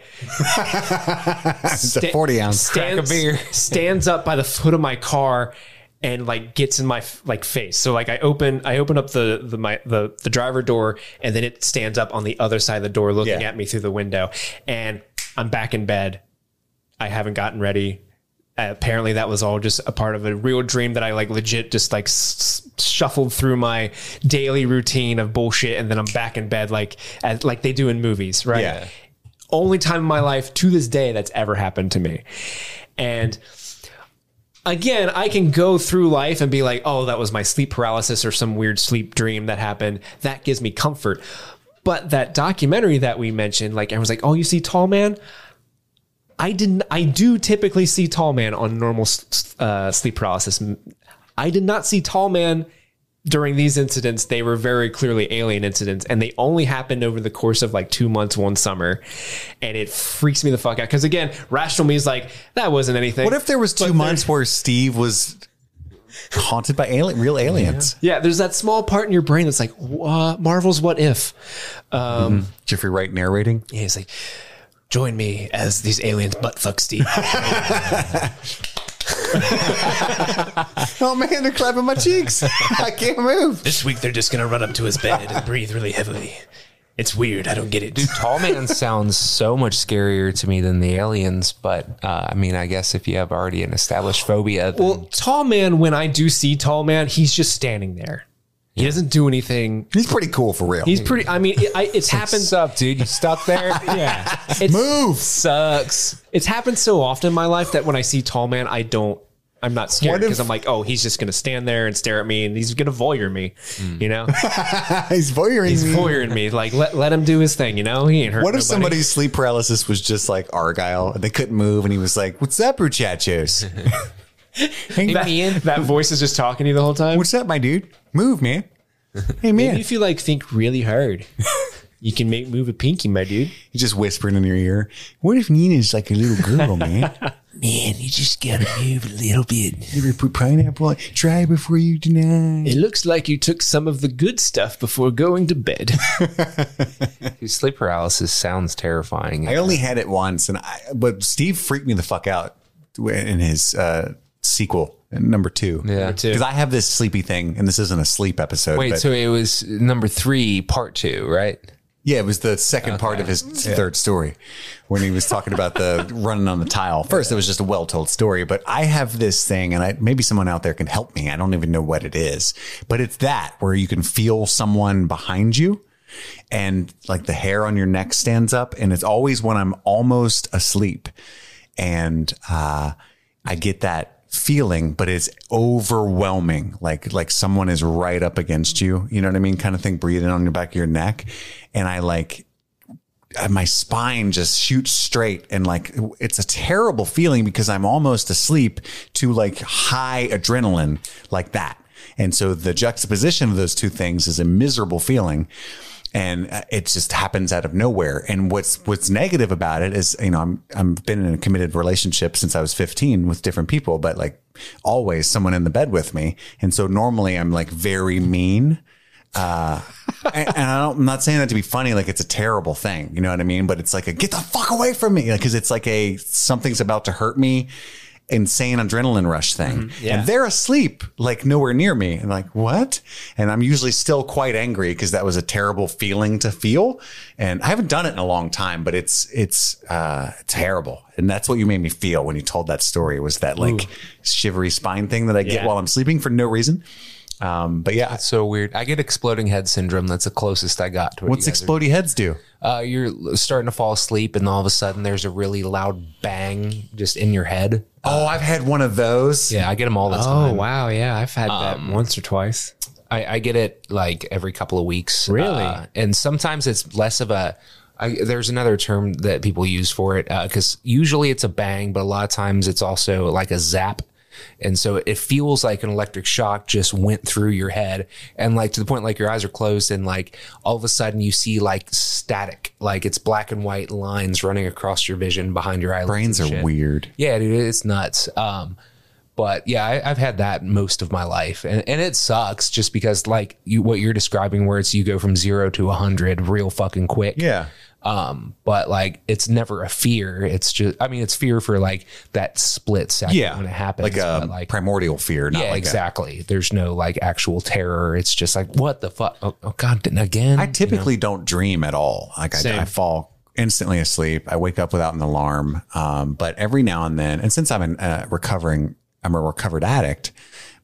Speaker 1: It's a 40 ounce.
Speaker 2: stands, stands up by the foot of my car and like gets in my like face. So like I open I open up the the my the, the driver door and then it stands up on the other side of the door looking
Speaker 1: Yeah.
Speaker 2: at me through the window and I'm back in bed. I haven't gotten ready. Uh, apparently that was all just a part of a real dream that I like legit just like s- s- shuffled through my daily routine of bullshit and then I'm back in bed like as, like they do in movies, right?
Speaker 1: Yeah.
Speaker 2: only time in my life to this day that's ever happened to me. And again, I can go through life and be like, oh, that was my sleep paralysis or some weird sleep dream that happened. That gives me comfort. But that documentary that we mentioned, like everyone's like, oh, you see Tall Man? I didn't. I do typically see Tall Man on normal s- uh, sleep paralysis. I did not see Tall Man during these incidents. They were very clearly alien incidents, and they only happened over the course of like two months, one summer, and it freaks me the fuck out. Because again, rational me is like that wasn't anything.
Speaker 1: What if there was two months where Steve was haunted by alien, real aliens?
Speaker 2: Yeah, there's that small part in your brain that's like, uh, Marvel's what if? Um,
Speaker 1: Jeffrey Wright narrating.
Speaker 2: yeah, it's like, join me as these aliens butt fuck Steve.
Speaker 1: Oh man, they're clapping my cheeks. I can't move.
Speaker 2: this week they're just gonna run up to his bed and breathe really heavily. It's weird. I don't get it.
Speaker 3: Tall man sounds so much scarier to me than the aliens, but uh, I mean, I guess if you have already an established phobia, then
Speaker 2: Well, tall man, when I do see tall man, he's just standing there. He doesn't do anything.
Speaker 1: He's pretty cool for real.
Speaker 2: He's pretty. I mean, it, I, it's happened.
Speaker 3: what's up, dude? You stuck there?
Speaker 2: yeah, it's,
Speaker 1: Move.
Speaker 2: sucks. It's happened so often in my life that when I see tall man, I don't. I'm not scared
Speaker 1: What if-
Speaker 2: because I'm like, oh, he's just gonna stand there and stare at me, and he's gonna voyeur me. You know,
Speaker 1: He's voyeuring
Speaker 2: he's
Speaker 1: me.
Speaker 2: voyeuring me. Like, let, let him do his thing. You know, he ain't hurt.
Speaker 1: What if
Speaker 2: nobody.
Speaker 1: somebody's sleep paralysis was just like Argyle and they couldn't move and he was like, What's up, Bruchachos?
Speaker 3: me in.
Speaker 2: that, that voice is just talking to you the whole time?
Speaker 1: What's up, my dude? Move, man. Hey, man.
Speaker 2: If you like think really hard, you can make move a pinky, my dude.
Speaker 1: He's just whispering in your ear. What if Nina's like a little girl, man? man, you just gotta move a little bit. Never put pineapple on. Try before you deny.
Speaker 2: It looks like you took some of the good stuff before going to bed.
Speaker 3: Dude, Sleep paralysis sounds terrifying.
Speaker 1: I only had it once, and I, but Steve freaked me the fuck out in his uh, sequel, number two.
Speaker 3: yeah.
Speaker 2: two.
Speaker 1: Because I have this sleepy thing, and this isn't a sleep episode.
Speaker 3: Wait,
Speaker 1: but-
Speaker 3: so it was number three, part two, right?
Speaker 1: Yeah, it was the second part of his third story when he was talking about the running on the tile. First, it was just a well told story, but I have this thing, and I, maybe someone out there can help me. I don't even know what it is, but it's that where you can feel someone behind you and like the hair on your neck stands up. And it's always when I'm almost asleep. And uh, I get that feeling, but it's overwhelming. Like like someone is right up against you. You know what I mean? Kind of thing breathing on the back of your neck. And I like uh, my spine just shoots straight and like it's a terrible feeling because I'm almost asleep to like high adrenaline like that. And so the juxtaposition of those two things is a miserable feeling and uh, it just happens out of nowhere. And what's what's negative about it is, you know, I'm I'm been in a committed relationship since I was 15 with different people, but like always someone in the bed with me. And so normally I'm like very mean. Uh, and, and I don't, I'm not saying that to be funny. Like it's a terrible thing, you know what I mean? But it's like a get the fuck away from me because it's like a something's about to hurt me. Insane adrenaline rush thing, and they're asleep, like nowhere near me. And like what? And I'm usually still quite angry because that was a terrible feeling to feel. And I haven't done it in a long time, but it's it's uh, terrible. And that's what you made me feel when you told that story was that like shivery spine thing that I get
Speaker 2: Yeah.
Speaker 1: while I'm sleeping for no reason. Um, but yeah,
Speaker 3: That's so weird. I get exploding head syndrome. That's the closest I got to what
Speaker 1: What's
Speaker 3: you guys
Speaker 1: explodey heads do?
Speaker 3: are- uh, you're starting to fall asleep, and all of a sudden there's a really loud bang just in your head.
Speaker 1: Oh, I've had one of those.
Speaker 3: Yeah, I get them all the time.
Speaker 2: Oh wow, yeah, I've had that once or twice.
Speaker 3: I, I get it like every couple of weeks.
Speaker 2: Really?
Speaker 3: Uh, and sometimes it's less of a I, there's another term that people use for it because usually it's a bang, but a lot of times it's also like a zap. And so it feels like an electric shock just went through your head and like to the point like your eyes are closed and like all of a sudden you see like static, like it's black and white lines running across your vision behind your eyelids.
Speaker 1: Brains
Speaker 3: and
Speaker 1: are
Speaker 3: shit.
Speaker 1: weird.
Speaker 3: Yeah, dude, it's nuts. Um, but yeah, I, I've had that most of my life, and, and it sucks just because like you what you're describing, where it's you go from zero to a hundred real fucking quick.
Speaker 1: Yeah.
Speaker 3: Um, but like it's never a fear. It's just I mean, it's fear for like that split second
Speaker 1: Yeah.
Speaker 3: when it happens.
Speaker 1: Like a
Speaker 3: but, like
Speaker 1: primordial fear, not
Speaker 3: yeah,
Speaker 1: like a-
Speaker 3: exactly. There's no like actual terror. It's just like what the fuck? Oh, oh god, didn't- again.
Speaker 1: I typically don't dream at all. Like
Speaker 2: Same.
Speaker 1: I, I fall instantly asleep. I wake up without an alarm. Um, but every now and then, and since I'm an, uh, recovering, I'm a recovered addict.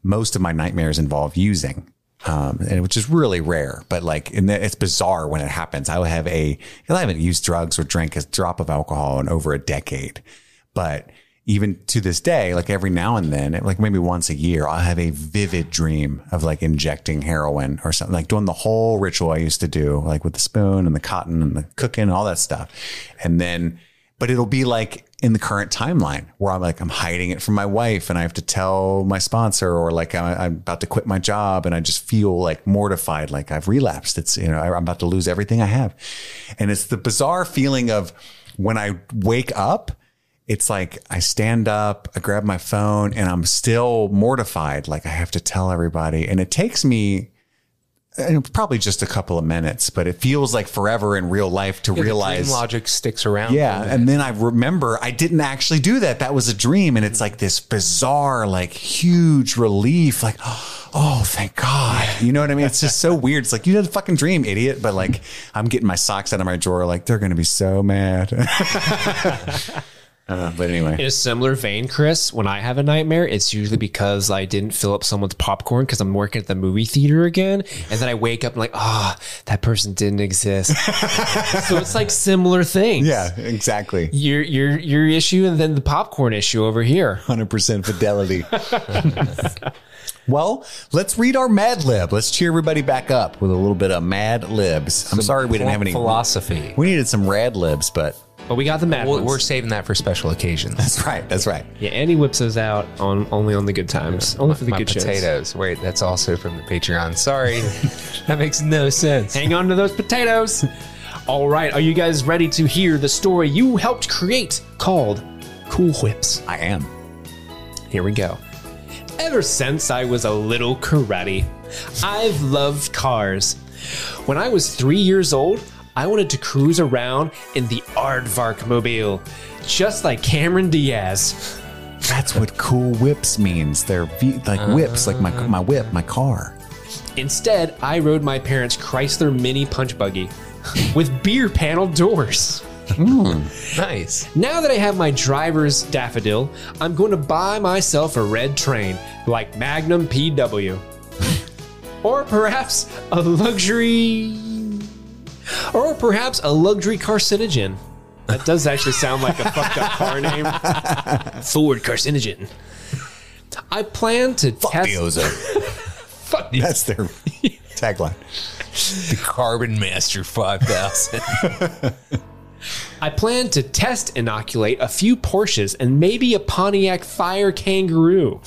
Speaker 1: Most of my nightmares involve using, um, and which is really rare. But like, and that- it's bizarre when it happens. I will have a, I haven't used drugs or drank a drop of alcohol in over a decade, but. Even to this day, like every now and then, like maybe once a year, I'll have a vivid dream of like injecting heroin or something, like doing the whole ritual I used to do, like with the spoon and the cotton and the cooking and all that stuff. And then, but it'll be like in the current timeline where I'm like, I'm hiding it from my wife and I have to tell my sponsor or like I'm, I'm about to quit my job and I just feel like mortified, like I've relapsed. It's, you know, I'm about to lose everything I have. And it's the bizarre feeling of when I wake up, it's like I stand up, I grab my phone, and I'm still mortified. Like I have to tell everybody. And it takes me you know, probably just a couple of minutes, but it feels like forever in real life to realize.
Speaker 3: Dream logic sticks around.
Speaker 1: Yeah. And then I remember I didn't actually do that. That was a dream. And it's like this bizarre, like huge relief. Like, oh, thank God. You know what I mean? It's just so weird. It's like, you had a fucking dream, idiot. But like, I'm getting my socks out of my drawer. Like, they're going to be so mad. Uh, but anyway.
Speaker 2: In a similar vein, Chris, when I have a nightmare, it's usually because I didn't fill up someone's popcorn because I'm working at the movie theater again. And then I wake up and like, ah, that person didn't exist. so it's like similar things.
Speaker 1: Yeah, exactly.
Speaker 2: Your your your issue and then the popcorn issue over here.
Speaker 1: 100% fidelity. well, let's read our Mad Lib. Let's cheer everybody back up with a little bit of Mad Libs. I'm sorry we didn't have any.
Speaker 3: philosophy.
Speaker 1: We needed some Rad Libs, but
Speaker 2: But we got the mad
Speaker 3: We're,
Speaker 2: ones.
Speaker 3: we're saving that for special occasions.
Speaker 1: that's right. That's right.
Speaker 2: Yeah, and he whips those out on only on the good times, only for the
Speaker 3: my
Speaker 2: good shows.
Speaker 3: potatoes. Wait, that's also from the Patreon. Sorry, that makes no sense.
Speaker 2: Hang on to those potatoes. All right, are you guys ready to hear the story you helped create called Cool Whips?
Speaker 1: I am.
Speaker 2: Here we go. Ever since I was a little karate, I've loved cars. When I was three years old, I wanted to cruise around in the Aardvark mobile, just like Cameron Diaz.
Speaker 1: That's what cool whips means. They're v- like whips, like my my whip, my car.
Speaker 2: Instead, I rode my parents' Chrysler Mini Punch Buggy with beer panel doors.
Speaker 3: Nice.
Speaker 2: Now that I have my driver's daffodil, I'm going to buy myself a red train, like Magnum PW. or perhaps a luxury. Or perhaps a luxury carcinogen. That does actually sound like a fucked up car name. Ford carcinogen. I plan to test.
Speaker 1: Biozo.
Speaker 2: Fuck the
Speaker 1: That's their tagline.
Speaker 3: The Carbon Master Five Thousand.
Speaker 2: I plan to test inoculate a few Porsches and maybe a Pontiac Fire Kangaroo.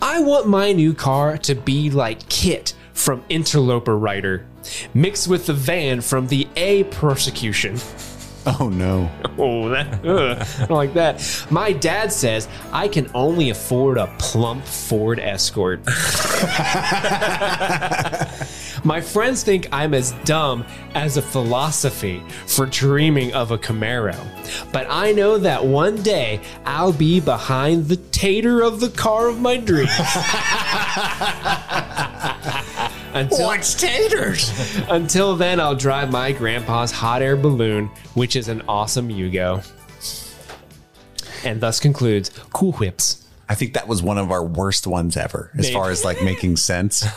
Speaker 2: I want my new car to be like Kit from Interloper Rider, mixed with the van from the A Persecution.
Speaker 1: Oh no.
Speaker 2: Oh, that, ugh, I don't like that. My dad says I can only afford a plump Ford Escort. My friends think I'm as dumb as a philosophy for dreaming of a Camaro. But I know that one day I'll be behind the tater of the car of my dreams. Until
Speaker 1: taters.
Speaker 2: until then, I'll drive my grandpa's hot air balloon, which is an awesome Yugo. And thus concludes Cool Whips.
Speaker 1: I think that was one of our worst ones ever, as
Speaker 2: Maybe.
Speaker 1: far as like making sense.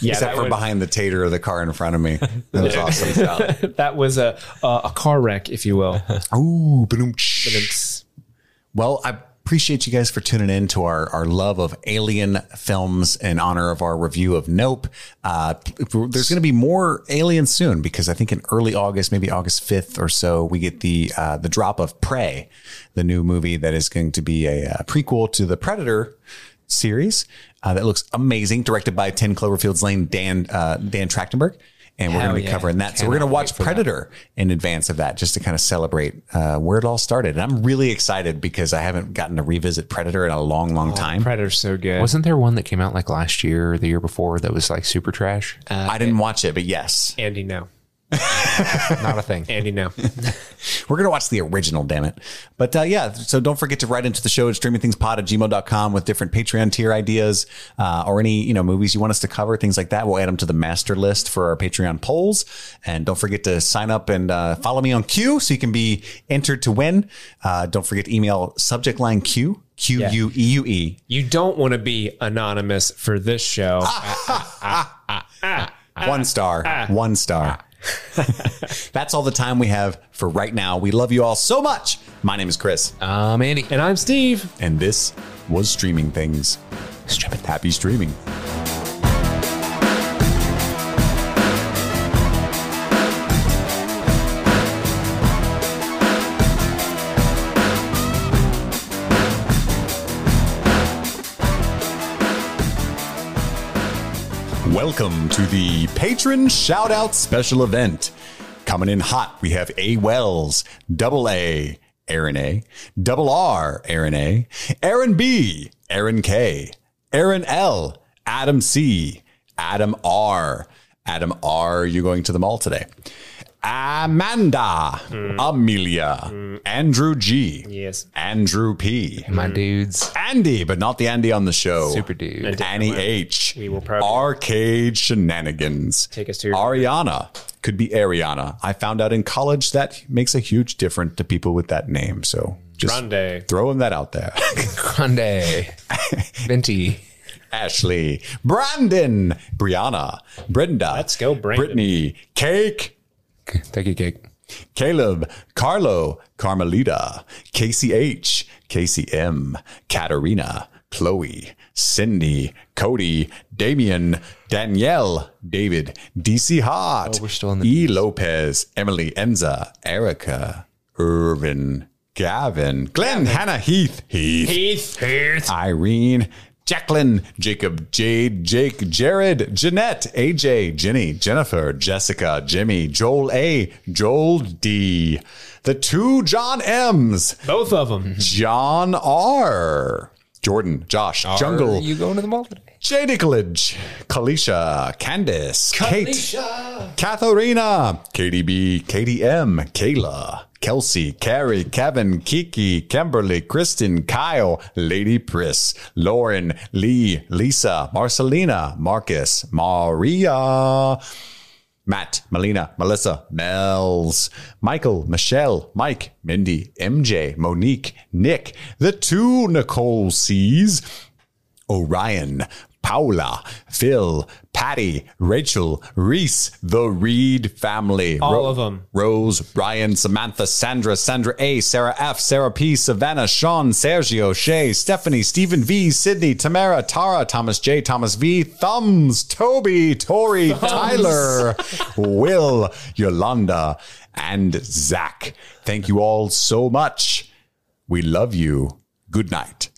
Speaker 2: Yeah,
Speaker 1: Except
Speaker 2: that,
Speaker 1: for
Speaker 2: was,
Speaker 1: behind the tater of the car in front of me. That was awesome.
Speaker 2: that was a, a a car wreck, if you will.
Speaker 1: Ooh, ba-doom-tsh. Well, I Appreciate you guys for tuning in to our, our love of alien films in honor of our review of Nope. Uh, p- p- there's going to be more aliens soon because I think in early August, maybe August 5th or so, we get the uh, the drop of Prey, the new movie that is going to be a, uh prequel to the Predator series uh, that looks amazing, directed by 10 Cloverfield's Lane, Dan, uh, Dan Trachtenberg. And we're going to be
Speaker 2: yeah.
Speaker 1: covering that. so we're going to watch Predator in advance of that just to kind of celebrate uh, where it all started. And I'm really excited because I haven't gotten to revisit Predator in a long, long time.
Speaker 2: Predator's so good.
Speaker 3: Wasn't there one that came out like last year or the year before that was like super trash? Uh,
Speaker 1: I didn't watch uh, it, but yes,
Speaker 2: Andy, no.
Speaker 3: Not a thing.
Speaker 2: Andy, no.
Speaker 1: we're going to watch the original, damn it. But uh, yeah, so don't forget to write into the show at streamingthingspod at gmail.com with different Patreon tier ideas uh, or any, you know, movies you want us to cover, things like that. We'll add them to the master list for our Patreon polls. And don't forget to sign up and uh, follow me on Q so you can be entered to win. Uh, don't forget to email subject line Q, Q U E U E.
Speaker 2: you don't want to be anonymous for this show.
Speaker 1: One star, one star. That's all the time we have for right now. We love you all so much. My name is Chris.
Speaker 3: Um, Andy.
Speaker 2: and I'm Steve.
Speaker 1: And this was Streaming Things. Happy streaming. Welcome to the Patron Shout Out Special Event. Coming in hot, we have A. Wells, Double A, Aaron A, Double R, Aaron A, Aaron B, Aaron K, Aaron L, Adam C, Adam R. Adam R, are you going to the mall today? Amanda, Amelia, Andrew G,
Speaker 2: Yes.
Speaker 1: Andrew P,
Speaker 3: My dudes.
Speaker 1: Andy, but not the Andy on the show.
Speaker 3: Super dude.
Speaker 1: Annie H. We
Speaker 2: will probably-
Speaker 1: arcade shenanigans.
Speaker 2: Take us to your-
Speaker 1: Ariana could be Ariana. I found out in college that makes a huge difference to people with that name. So just
Speaker 2: Grande.
Speaker 1: throwing that out there.
Speaker 3: Grande. Venti.
Speaker 1: Ashley, Brandon, Brianna, Brenda.
Speaker 2: Let's go, Brandon.
Speaker 1: Brittany, Cake,
Speaker 3: Take your cake.
Speaker 1: Caleb, Carlo, Carmelita, Casey H, Casey M, Katarina, Chloe, Cindy, Cody, Damien, Danielle, David, DC Hot,
Speaker 3: Oh, we're still in the
Speaker 1: E. Lopez, Emily Enza, Erica, Irvin, Gavin, Glenn, Hannah, Heath, Heath,
Speaker 2: Heath.
Speaker 1: Irene, Jacqueline, Jacob, Jade, Jake, Jared, Jeanette, AJ, Jenny, Jennifer, Jessica, Jimmy, Joel A, Joel D, the two John M's,
Speaker 2: Both of them.
Speaker 1: John R, Jordan, Josh, Jungle,
Speaker 3: You going to the mall today?
Speaker 1: Jay Nicolage, Kalisha, Candice, Kate, Katharina, KDB, KDM, Kayla, Kelsey, Carrie, Kevin, Kiki, Kimberly, Kristen, Kyle, Lady Pris, Lauren, Lee, Lisa, Marcelina, Marcus, Maria, Matt, Melina, Melissa, Mel's, Michael, Michelle, Mike, Mindy, MJ, Monique, Nick, the two Nicole C's, Orion, Paula, Phil, Patty, Rachel, Reese, the Reed family.
Speaker 2: All of 'em.
Speaker 1: Rose, Ryan, Samantha, Sandra, Sandra A, Sarah F, Sarah P, Savannah, Sean, Sergio, Shay, Stephanie, Stephen V, Sydney, Tamara, Tara, Thomas J, Thomas V, Thumbs, Toby, Tori, Tyler, Will, Yolanda, and Zach. Thank you all so much. We love you. Good night.